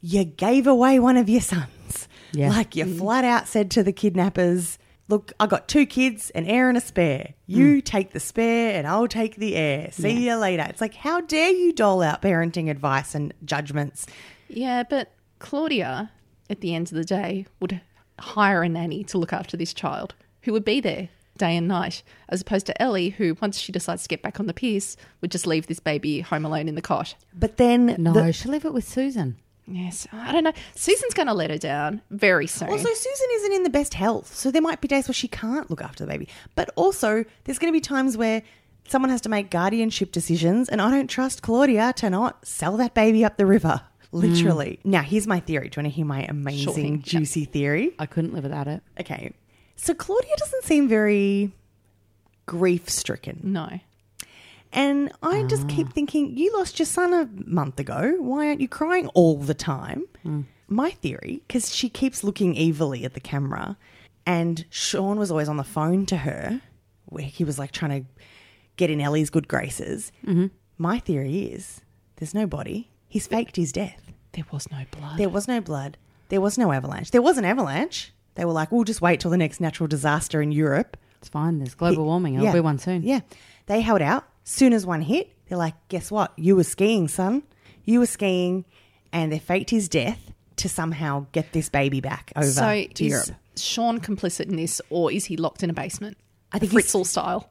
you gave away one of your sons.
Yeah. Mm.
Like you flat out said to the kidnappers, look, I got two kids, an heir and a spare.
Mm.
You take the spare and I'll take the heir. See you later. It's like, how dare you dole out parenting advice and judgments?
Yeah, but Claudia, at the end of the day, would hire a nanny to look after this child who would be there day and night, as opposed to Ellie, who, once she decides to get back on the piece, would just leave this baby home alone in the cot.
But then
No,
the-
she'll leave it with Susan.
Yes, I don't know. Susan's going to let her down very soon.
Also, Susan isn't in the best health, so there might be days where she can't look after the baby. But also, there's going to be times where someone has to make guardianship decisions, and I don't trust Claudia to not sell that baby up the river. Literally. Now, here's my theory. Do you want to hear my amazing,
thing. Yep.
juicy theory?
I couldn't live without it.
Okay. So, Claudia doesn't seem very grief stricken.
no.
And I just keep thinking, you lost your son a month ago. Why aren't you crying all the time? My theory, because she keeps looking evilly at the camera, and Sean was always on the phone to her, where he was like trying to get in Ellie's good graces. My theory is there's no body. He's faked his death.
There was no blood.
There was no blood. There was no avalanche. There was an avalanche. They were like, we'll just wait till the next natural disaster in Europe.
It's fine. There's global warming. It'll
Yeah.
be one soon.
Yeah. They held out. Soon as one hit, they're like, guess what? You were skiing, son. You were skiing. And they faked his death to somehow get this baby back over
so
to
is
Europe.
Sean complicit in this, or is he locked in a basement?
I think he's-
Fritzl style.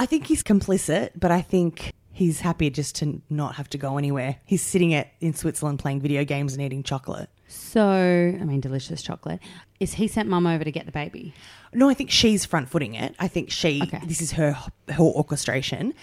I think he's complicit, but I think he's happy just to not have to go anywhere. He's sitting at in Switzerland playing video games and eating chocolate.
So, I mean, delicious chocolate. Is he sent mum over to get the baby?
No, I think she's front footing it. I think she
Okay.
this is her her orchestration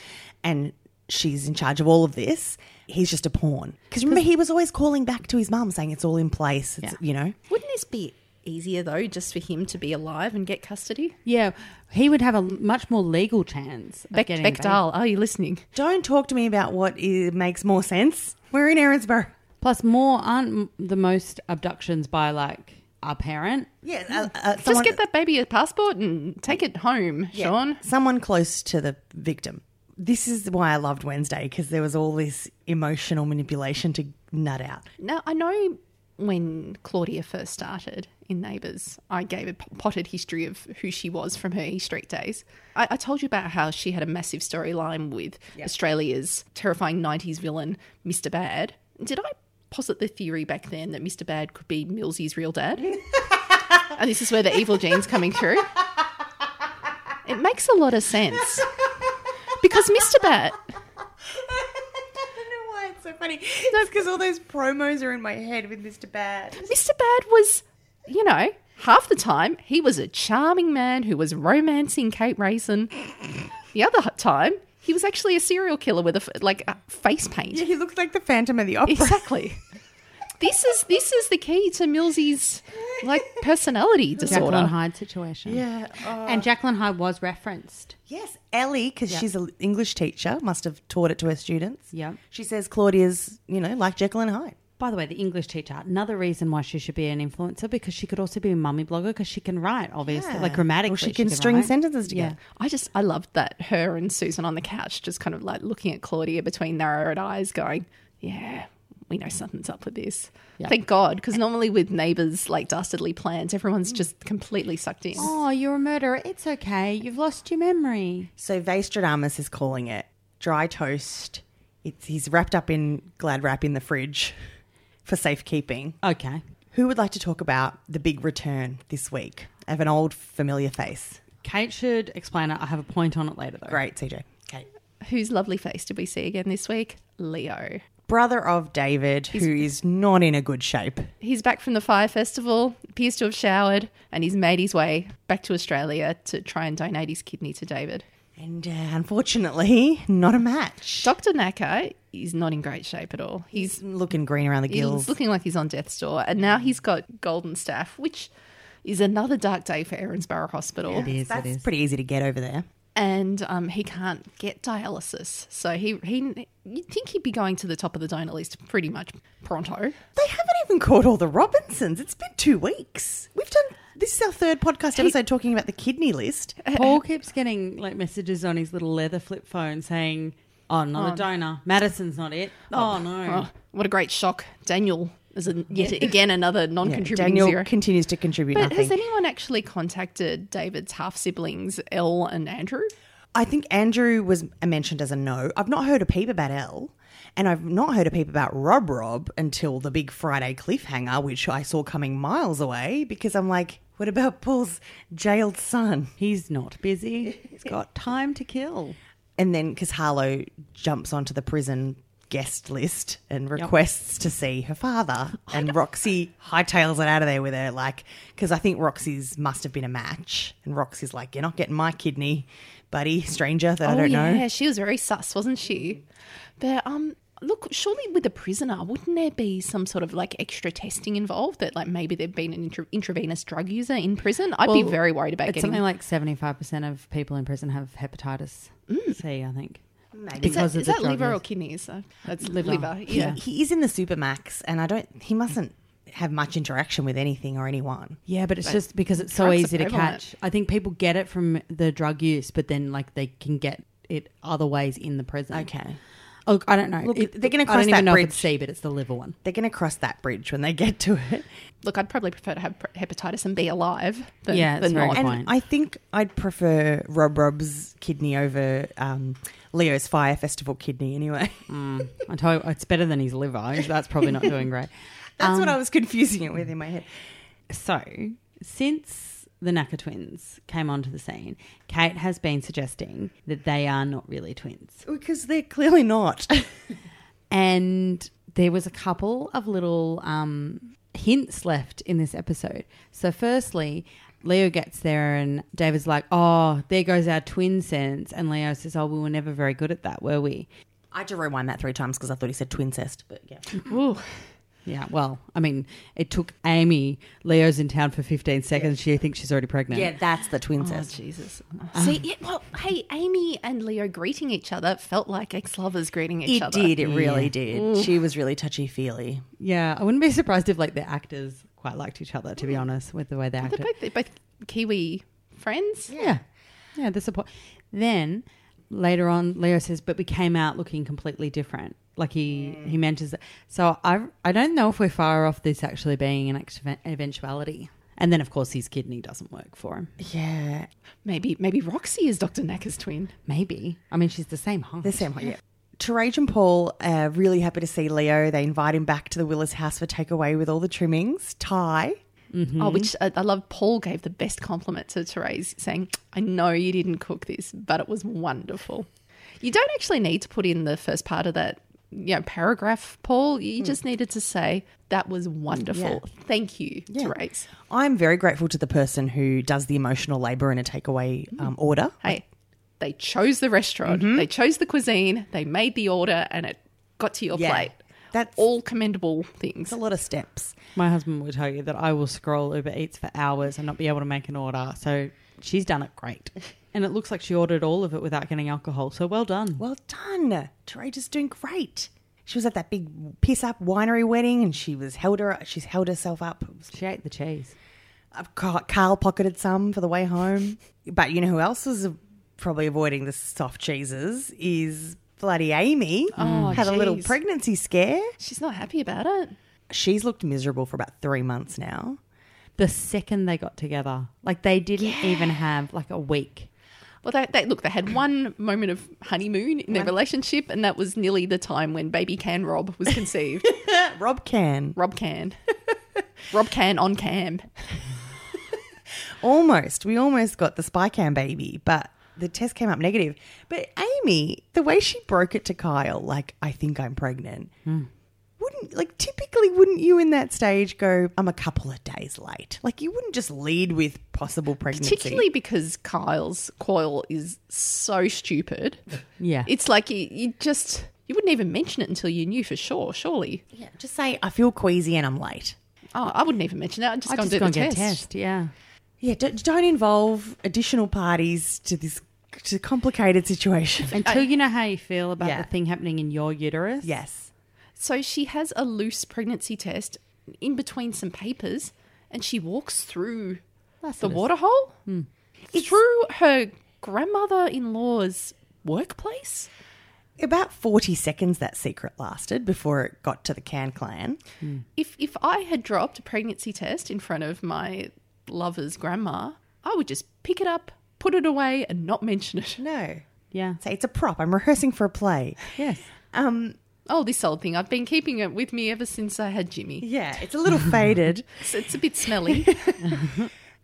and she's in charge of all of this. He's just a pawn. Because remember he was always calling back to his mum saying it's all in place. It's, you know.
Wouldn't this be easier, though, just for him to be alive and get custody?
Yeah, he would have a much more legal chance. Of
Beck,
getting
Beck
the baby.
Dahl, are you listening?
Don't talk to me about what i makes more sense. We're in Erinsborough.
Plus, more aren't m- the most abductions by like our parent.
Yeah, uh, uh,
Just
someone-
get that baby a passport and take it home, Sean.
someone close to the victim. This is why I loved Wednesday because there was all this emotional manipulation to nut out.
Now, I know when Claudia first started in Neighbours, I gave a p- potted history of who she was from her E Street days. I, I told you about how she had a massive storyline with Australia's terrifying 90s villain, Mr. Bad. Did I posit the theory back then that Mr. Bad could be Millsy's real dad? and this is where the evil gene's coming through? It makes a lot of sense. Because Mr. Bat,
know why it's so funny. It's because all those promos are in my head with Mr. Bad.
Mr. Bad was, you know, half the time he was a charming man who was romancing Kate Rayson. The other h- time he was actually a serial killer with a f- like a face paint.
He looked like the Phantom of the Opera.
Exactly. this is this is the key to Millsy's like personality
Jacqueline
disorder.
Hyde situation. Yeah, oh. and Jacqueline Hyde was referenced.
Yes, Ellie, because she's an English teacher, must have taught it to her students.
Yeah.
She says Claudia's, you know, like Jekyll and Hyde.
By the way, the English teacher, another reason why she should be an influencer because she could also be a mummy blogger because she can write, obviously, like grammatically.
Or she can string
write.
sentences together.
I just I loved that her and Susan on the couch just kind of like looking at Claudia between narrowed eyes, going, "Yeah, we know something's up with this." Thank God, because normally with neighbours like dastardly plans, everyone's just completely sucked in.
Oh, you're a murderer. It's okay. You've lost your memory.
So Vastradamus is calling it dry toast. It's he's wrapped up in glad wrap in the fridge for safekeeping.
Okay.
Who would like to talk about the big return this week of an old familiar face?
Kate should explain it. I have a point on it later, though.
Great, CJ. Okay.
Whose lovely face did we see again this week? Leo.
Brother of David, who is not in a good shape.
He's back from the fire festival, appears to have showered, and he's made his way back to Australia to try and donate his kidney to David.
And uh, unfortunately, not a match.
Dr. Naka is not in great shape at all. He's
Looking green around the
He's
gills.
looking like he's on death's door. And now he's got golden staff, which is another dark day for Erinsborough Hospital.
It is.
That's pretty easy to get over there.
and um, he can't get dialysis. So he he you'd think he'd be going to the top of the donor list pretty much pronto.
They haven't even caught all the Robinsons. It's been two weeks. We've done this is our third podcast episode talking about the kidney list.
Paul keeps getting like messages on his little leather flip phone saying, "Oh, not a donor. Madison's not it. Oh, no."
Oh, what a great shock! Daniel is a, yet again another non-contributing
Daniel
zero.
continues to contribute
but
nothing.
has anyone actually contacted David's half siblings, Elle and Andrew?
I think Andrew was mentioned as a no. I've not heard a peep about Elle, and I've not heard a peep about Rob Rob until the big Friday cliffhanger, which I saw coming miles away because I'm like, what about Paul's jailed son?
He's not busy. He's got time to kill.
And then because Harlow jumps onto the prison guest list and requests to see her father, and Roxy hightails it out of there with her, like, because I think Roxy's must have been a match, and Roxy's like, you're not getting my kidney, buddy, stranger that I
oh
don't
yeah,
know.
she was very sus, wasn't she? But um, look, surely with a prisoner, wouldn't there be some sort of like extra testing involved? That like maybe they've been an intra- intravenous drug user in prison. I'd be very worried about
It's
getting.
something like seventy-five percent of people in prison have hepatitis C. I think.
Maybe.
is that,
because of
is
the
that
drug
liver or
use.
kidneys? Uh, That's liver. yeah.
He, he is in the supermax, and I don't. He mustn't have much interaction with anything or anyone.
Yeah, but it's just because it's so
drugs are
easy to
prevalent.
catch. I think people get it from the drug use, but then like they can get it other ways in the prison.
Okay.
Look, I don't know.
Look,
It-
they're gonna
I
cross
don't
that
even know if
bridge.
it's C, but it's the liver one.
They're going to cross that bridge when they get to it.
Look, I'd probably prefer to have pre- hepatitis and be alive than,
Yeah, it's
than
very
not.
good.
And
Fine.
I think I'd prefer Rob Rob's kidney over um, Leo's Fire Festival kidney anyway.
Mm, I tell you, it's better than his liver. so That's probably not doing great.
That's what I was confusing it with in my head.
So, since the Naka twins came onto the scene, Kate has been suggesting that they are not really twins.
Because they're clearly not.
And there was a couple of little um, hints left in this episode. So, firstly, Leo gets there and David's like, Oh, there goes our twin sense. And Leo says, Oh, we were never very good at that, were we?
I had to rewind that three times because I thought he said twincest, but yeah.
Yeah, well, I mean, it took Amy, Leo's in town for 15 seconds. She thinks she's already pregnant.
Yeah, that's the twincest.
Jesus. See, yeah, well, hey, Amy and Leo greeting each other felt like ex-lovers greeting
it
each other.
did, it really did. She was really touchy feely.
Yeah, I wouldn't be surprised if like the actors quite liked each other. To be honest, with the way they
They're
acted,
both, they're both Kiwi friends.
yeah, yeah, the support. Then later on, Leo says, "But we came out looking completely different." Like he he mentions that. So I I don't know if we're far off this actually being an ex- eventuality. And then of course his kidney doesn't work for him.
Yeah.
Maybe maybe Roxy is Dr. Naka's twin.
Maybe I mean she's the same height.
The same one, yeah. Taraj and Paul are really happy to see Leo. They invite him back to the Willis house for takeaway with all the trimmings. Ty.
Oh, which I, I love. Paul gave the best compliment to Therese, saying, I know you didn't cook this, but it was wonderful. You don't actually need to put in the first part of that you know, paragraph, Paul. You just needed to say, That was wonderful. Thank you, Therese.
I'm very grateful to the person who does the emotional labour in a takeaway
Mm.
um, order.
Hey, they chose the restaurant, they chose the cuisine, they made the order, and it got to your
Yeah.
plate.
That's
All commendable things.
a lot of steps.
My husband will tell you that I will scroll Uber Eats for hours and not be able to make an order. So she's done it great. And it looks like she ordered all of it without getting alcohol. So well done.
Well done. Taraj is doing great. She was at that big piss up winery wedding and she was held her she's held herself up.
She ate the cheese.
Uh, Car- Carl pocketed some for the way home. But you know who else was uh, probably avoiding the soft cheeses is bloody Amy. Mm.
Oh,
Had a little
jeez.
pregnancy scare.
She's not happy about it.
She's looked miserable for about three months now.
The second they got together, like they didn't even have like a week.
Well, they, they look, they had one moment of honeymoon in their relationship, and that was nearly the time when baby Can Rob was conceived.
Rob can
Rob Can. Rob Can on cam.
almost we almost got the spy cam baby, but the test came up negative. But Amy, the way she broke it to Kyle, like I think I'm pregnant. Wouldn't like typically wouldn't you in that stage go I'm a couple of days late? Like you wouldn't just lead with possible pregnancy.
Particularly because Kyle's coil is so stupid.
Yeah.
It's like you, you just, you wouldn't even mention it until you knew for sure, surely.
Yeah, just say I feel queasy and I'm late.
Oh, I wouldn't even mention it. I'd just go and do the test.
Yeah.
Yeah, don't, don't involve additional parties to this it's a complicated situation.
Until you know how you feel about
Yeah.
the thing happening in your uterus.
Yes.
So she has a loose pregnancy test in between some papers, and she walks through the waterhole through her grandmother-in-law's workplace.
About 40 seconds that secret lasted before it got to the Can Clan.
If if I had dropped a pregnancy test in front of my lover's grandma, I would just pick it up, put it away, and not mention it.
No.
Yeah.
Say, it's a prop. I'm rehearsing for a play. Um,
Yes.
Oh, this old thing! I've been keeping it with me ever since I had Jimmy.
Yeah, it's a little faded.
It's, it's a bit smelly.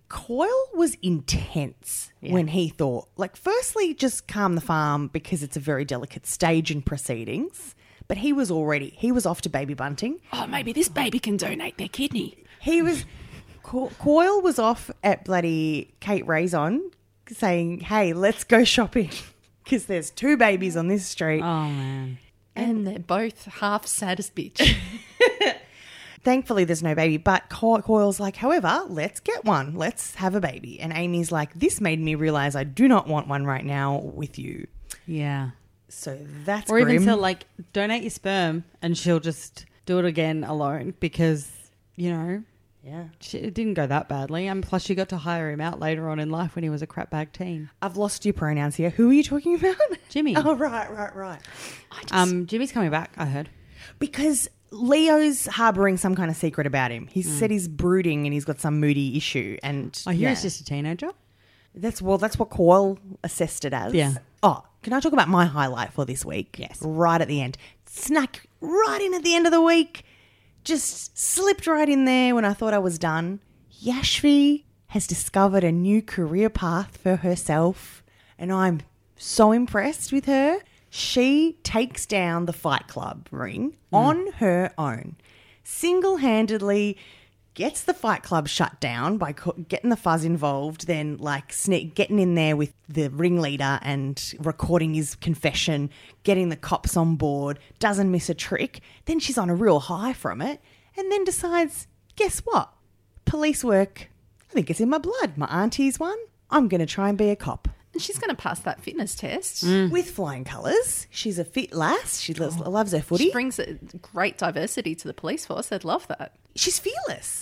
Coyle was intense when he thought, like, firstly, just calm the farm because it's a very delicate stage in proceedings. But he was already, he was off to baby bunting.
oh, maybe this baby can donate their kidney.
He was, Co- Coyle was off at bloody Kate Raison saying, hey, let's go shopping because there's two babies on this street.
Oh man.
And they're both half sad as bitch.
Thankfully, there's no baby, but Co- Coyle's like, however, let's get one. Let's have a baby. And Amy's like, this made me realize I do not want one right now with you.
Yeah.
So that's
Or even
grim.
till like donate your sperm and she'll just do it again alone because you know
yeah.
she, it didn't go that badly and plus she got to hire him out later on in life when he was a crap bag teen.
I've lost your pronouns here. Who are you talking about?
Jimmy.
Oh, right, right, right.
Um, Jimmy's coming back. I heard.
Because Leo's harboring some kind of secret about him. He said he's brooding and he's got some moody issue. And
Hmm. I hear
yeah.
he's just a teenager.
That's well, that's what Coyle assessed it as.
Yeah.
Oh, can I talk about my highlight for this week?
Yes.
Right at the end. Snuck right in at the end of the week. Just slipped right in there when I thought I was done. Yashvi has discovered a new career path for herself, and I'm so impressed with her. She takes down the Fight Club ring
Mm.
on her own, single handedly gets the fight club shut down by co- getting the fuzz involved then like sneak getting in there with the ringleader and recording his confession getting the cops on board doesn't miss a trick then she's on a real high from it and then decides guess what police work i think it's in my blood my auntie's one i'm going to try and be a cop
and she's going to pass that fitness test.
with flying colours she's a fit lass she loves,
Oh.
loves her footy
She brings a great diversity to the police force. They'd love that.
she's fearless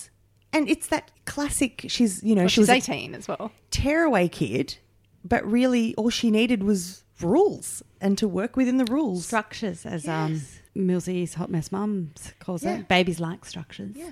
and it's that classic she's you know
Well,
she
she's
was a
18 as well.
tearaway kid, but really all she needed was rules and to work within the rules.
Structures, as um, Millsy's hot mess mums calls
Yeah.
it. Babies like structures. Yeah.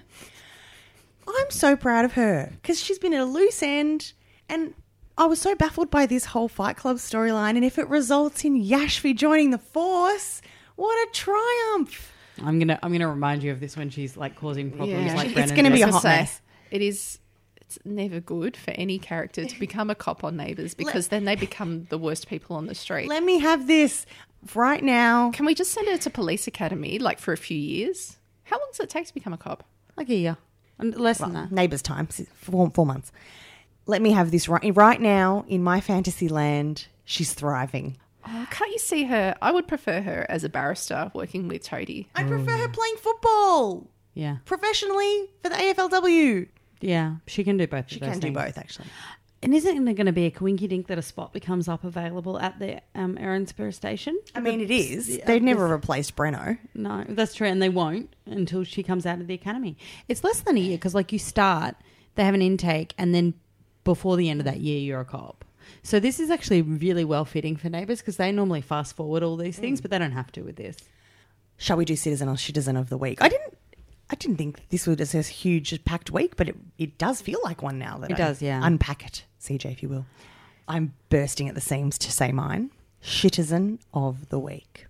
I'm so proud of her because she's been at a loose end and. I was so baffled by this whole Fight Club storyline, and if it results in Yashvi joining the force, what a triumph!
I'm gonna I'm gonna remind you of this when she's like causing problems.
Yeah.
Like
It's
Brennan
gonna be
does.
a
I
hot
say,
mess.
It is. It's never good for any character to become a cop on Neighbours because then they become the worst people on the street.
Let me have this right now.
Can we just send her to police academy, like for a few years? How long does it take to become a cop?
like a year, And less than that.
Neighbours time, s- four, four months. Let me have this right, right now in my fantasy land. She's thriving.
Oh, can't you see her? I would prefer her as a barrister working with Toadie.
I prefer her playing football
Yeah,
professionally for the AFLW.
yeah. She can do both. She
Can do both actually.
And isn't it going to be a coinky dink that a spot becomes up available at the um, Erin Spur station?
I mean, it is. They've never replaced Breno.
No, that's true, and they won't until she comes out of the academy. It's less than a year because, like, you start, they have an intake, and then before the end of that year, you're a cop. So this is actually really well fitting for neighbours because they normally fast forward all these things, but they don't have to with this.
Shall we do citizen or citizen of the week? I didn't. I didn't think this was a huge packed week, but it, it does feel like one now. That
It
I
does, yeah.
Unpack it, CJ, if you will. I'm bursting at the seams to say mine. Citizen of the week,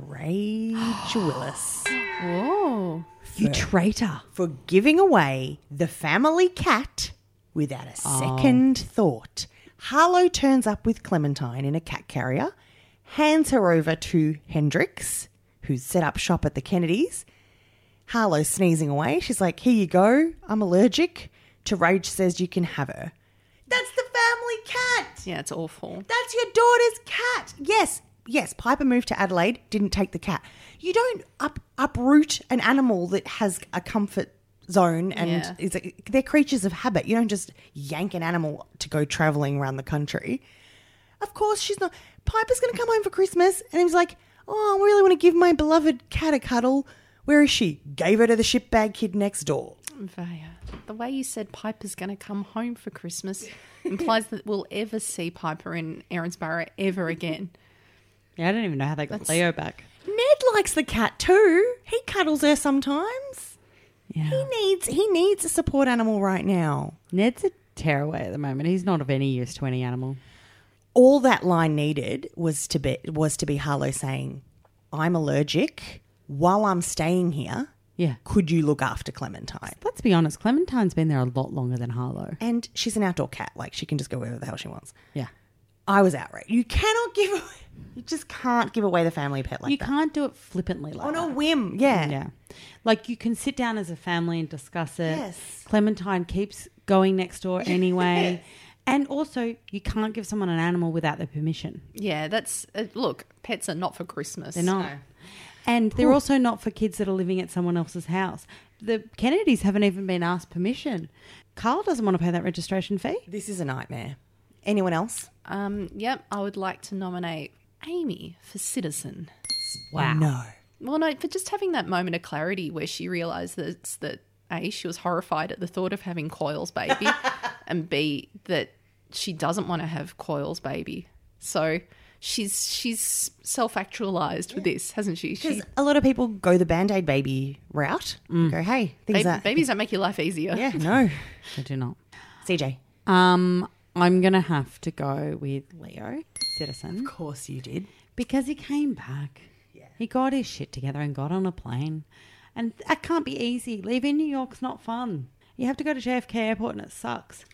Terage Willis.
Oh,
You traitor!
for giving away the family cat without a second thought. Harlow turns up with Clementine in a cat carrier, hands her over to Hendrix, who's set up shop at the Kennedys. Harlow's sneezing away. She's like, Here you go. I'm allergic. Terage says you can have her. That's the family cat.
yeah, it's awful.
That's your daughter's cat. Yes, yes. Piper moved to Adelaide, didn't take the cat. You don't up, uproot an animal that has a comfort zone and
Yeah.
is a, they're creatures of habit. You don't just yank an animal to go traveling around the country. Of course she's not. Piper's going to come home for Christmas. And he was like, Oh, I really want to give my beloved cat a cuddle. Where is she? Gave her to the shitbag kid next door.
Vaya, the way you said Piper's going to come home for Christmas implies that we'll ever see Piper in Erinsborough ever again.
Yeah, I don't even know how they got Leo back.
Ned likes the cat too. He cuddles her sometimes. He
Yeah.
needs he needs a support animal right now.
Ned's a tearaway at the moment. He's not of any use to any animal.
All that line needed was to be was to be Harlow saying, "I'm allergic. While I'm staying here,
Yeah.
could you look after Clementine?"
Let's be honest, Clementine's been there a lot longer than Harlow.
And she's an outdoor cat; like she can just go wherever the hell she wants.
Yeah.
I was outraged. You cannot give away. You just can't give away the family pet like
you
that
can't do it flippantly like
on a
that.
whim. Yeah.
Yeah. Like you can sit down as a family and discuss it.
Yes.
Clementine keeps going next door anyway. And also, you can't give someone an animal without their permission.
Yeah, that's uh, look. Pets are not for Christmas.
They're not. And they're also not for kids that are living at someone else's house. The Kennedys haven't even been asked permission. Carl doesn't want to pay that registration fee.
This is a nightmare. Anyone else?
Um, yep, I would like to nominate Amy for citizen.
Wow.
No.
Well, no, for just having that moment of clarity where she realizes that A, she was horrified at the thought of having Coyle's baby, and B, that she doesn't want to have Coyle's baby. So she's she's self actualized with this, hasn't she? She
Because a lot of people go the band aid baby route.
Mm.
Go, hey, things
ba-
are.
babies don't make your life easier.
Yeah, no.
I do not.
CJ.
Um, I'm going to have to go with Leo, citizen,
Of course you did.
because he came back. Yeah. He got his shit together and got on a plane. And that can't be easy. Leaving New York's not fun. You have to go to JFK Airport and it sucks.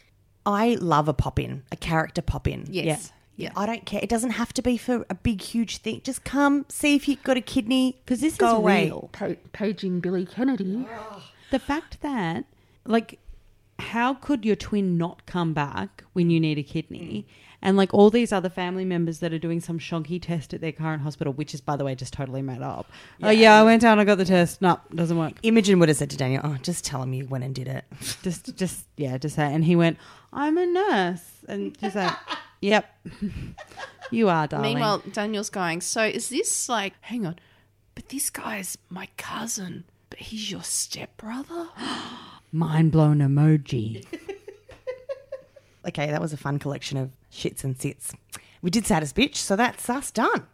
I love a pop in, a character pop in.
Yes. Yeah.
I don't care. It doesn't have to be for a big, huge thing. Just come, see if you've got a kidney.
Because this
go
is
away.
real. The fact that, like, how could your twin not come back when you need a
Mm.
kidney? And like all these other family members that are doing some shonky test at their current hospital, which is by the way just totally made up. Oh yeah, I went down, I got the test. No, doesn't work.
Imogen would have said to Daniel, oh, just tell him you went and did it.
Just, just yeah, just that. And he went, I'm a nurse, and just like, yep, you are, darling.
Meanwhile, Daniel's going, So is this like, hang on, but this guy's my cousin, but he's your stepbrother?
mind blown emoji.
Okay, that was a fun collection of shits and sits. We did Saddest Bitch, so that's us done.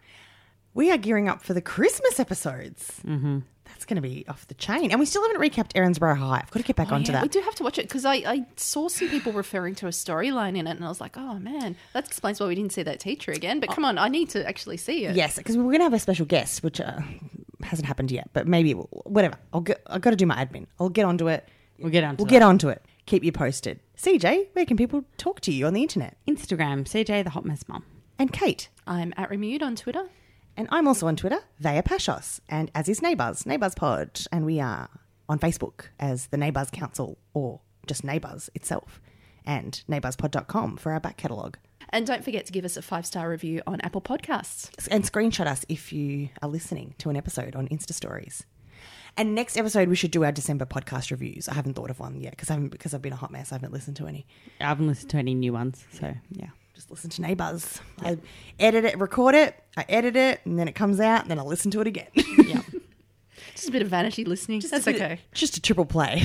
We are gearing up for the Christmas episodes. Mm-hmm. That's going to be off the chain. And we still haven't recapped Erinsborough High. I've got to get back onto
Oh, Yeah,
that.
We do have to watch it because I, I saw some people referring to a storyline in it, and I was like, oh man, that explains why we didn't see that teacher again.
Oh.
But come on, I need to actually see it.
Yes, because we were going to have a special guest, which uh, hasn't happened yet, but maybe it will- whatever. I'll get, I've got to do my admin. I'll get onto it.
We'll get on.
We'll get onto it. Keep you posted. CJ, where can people talk to you on the internet?
Instagram, CJ the Hot Mess Mum.
And Kate.
I'm at Remude on Twitter.
And I'm also on Twitter, Vaya Pashos, and as is Neighbours, Neighbours Pod. And we are on Facebook as the Neighbours Council or just Neighbours itself and neighbourspod.com for our back catalogue.
And don't forget to give us a five star review on Apple Podcasts.
and screenshot us if you are listening to an episode on Insta stories. And next episode we should do our December podcast reviews. I haven't thought of one yet because I haven't because I've been a hot mess. I haven't listened to any.
I haven't listened to any new ones, so yeah.
Just listen to neighbours. I edit it, record it, I edit it, and then it comes out, and then I listen to it again. Yeah,
Just a bit of vanity listening. That's okay.
Just a triple play.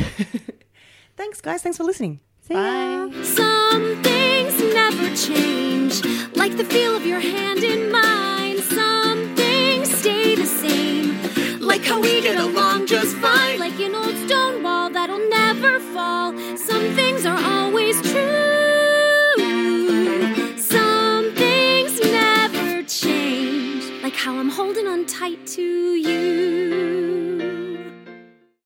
Thanks, guys. Thanks for listening.
Bye.
Some things never change, like the feel of your hand in mine. Some things stay the same, like how we get along.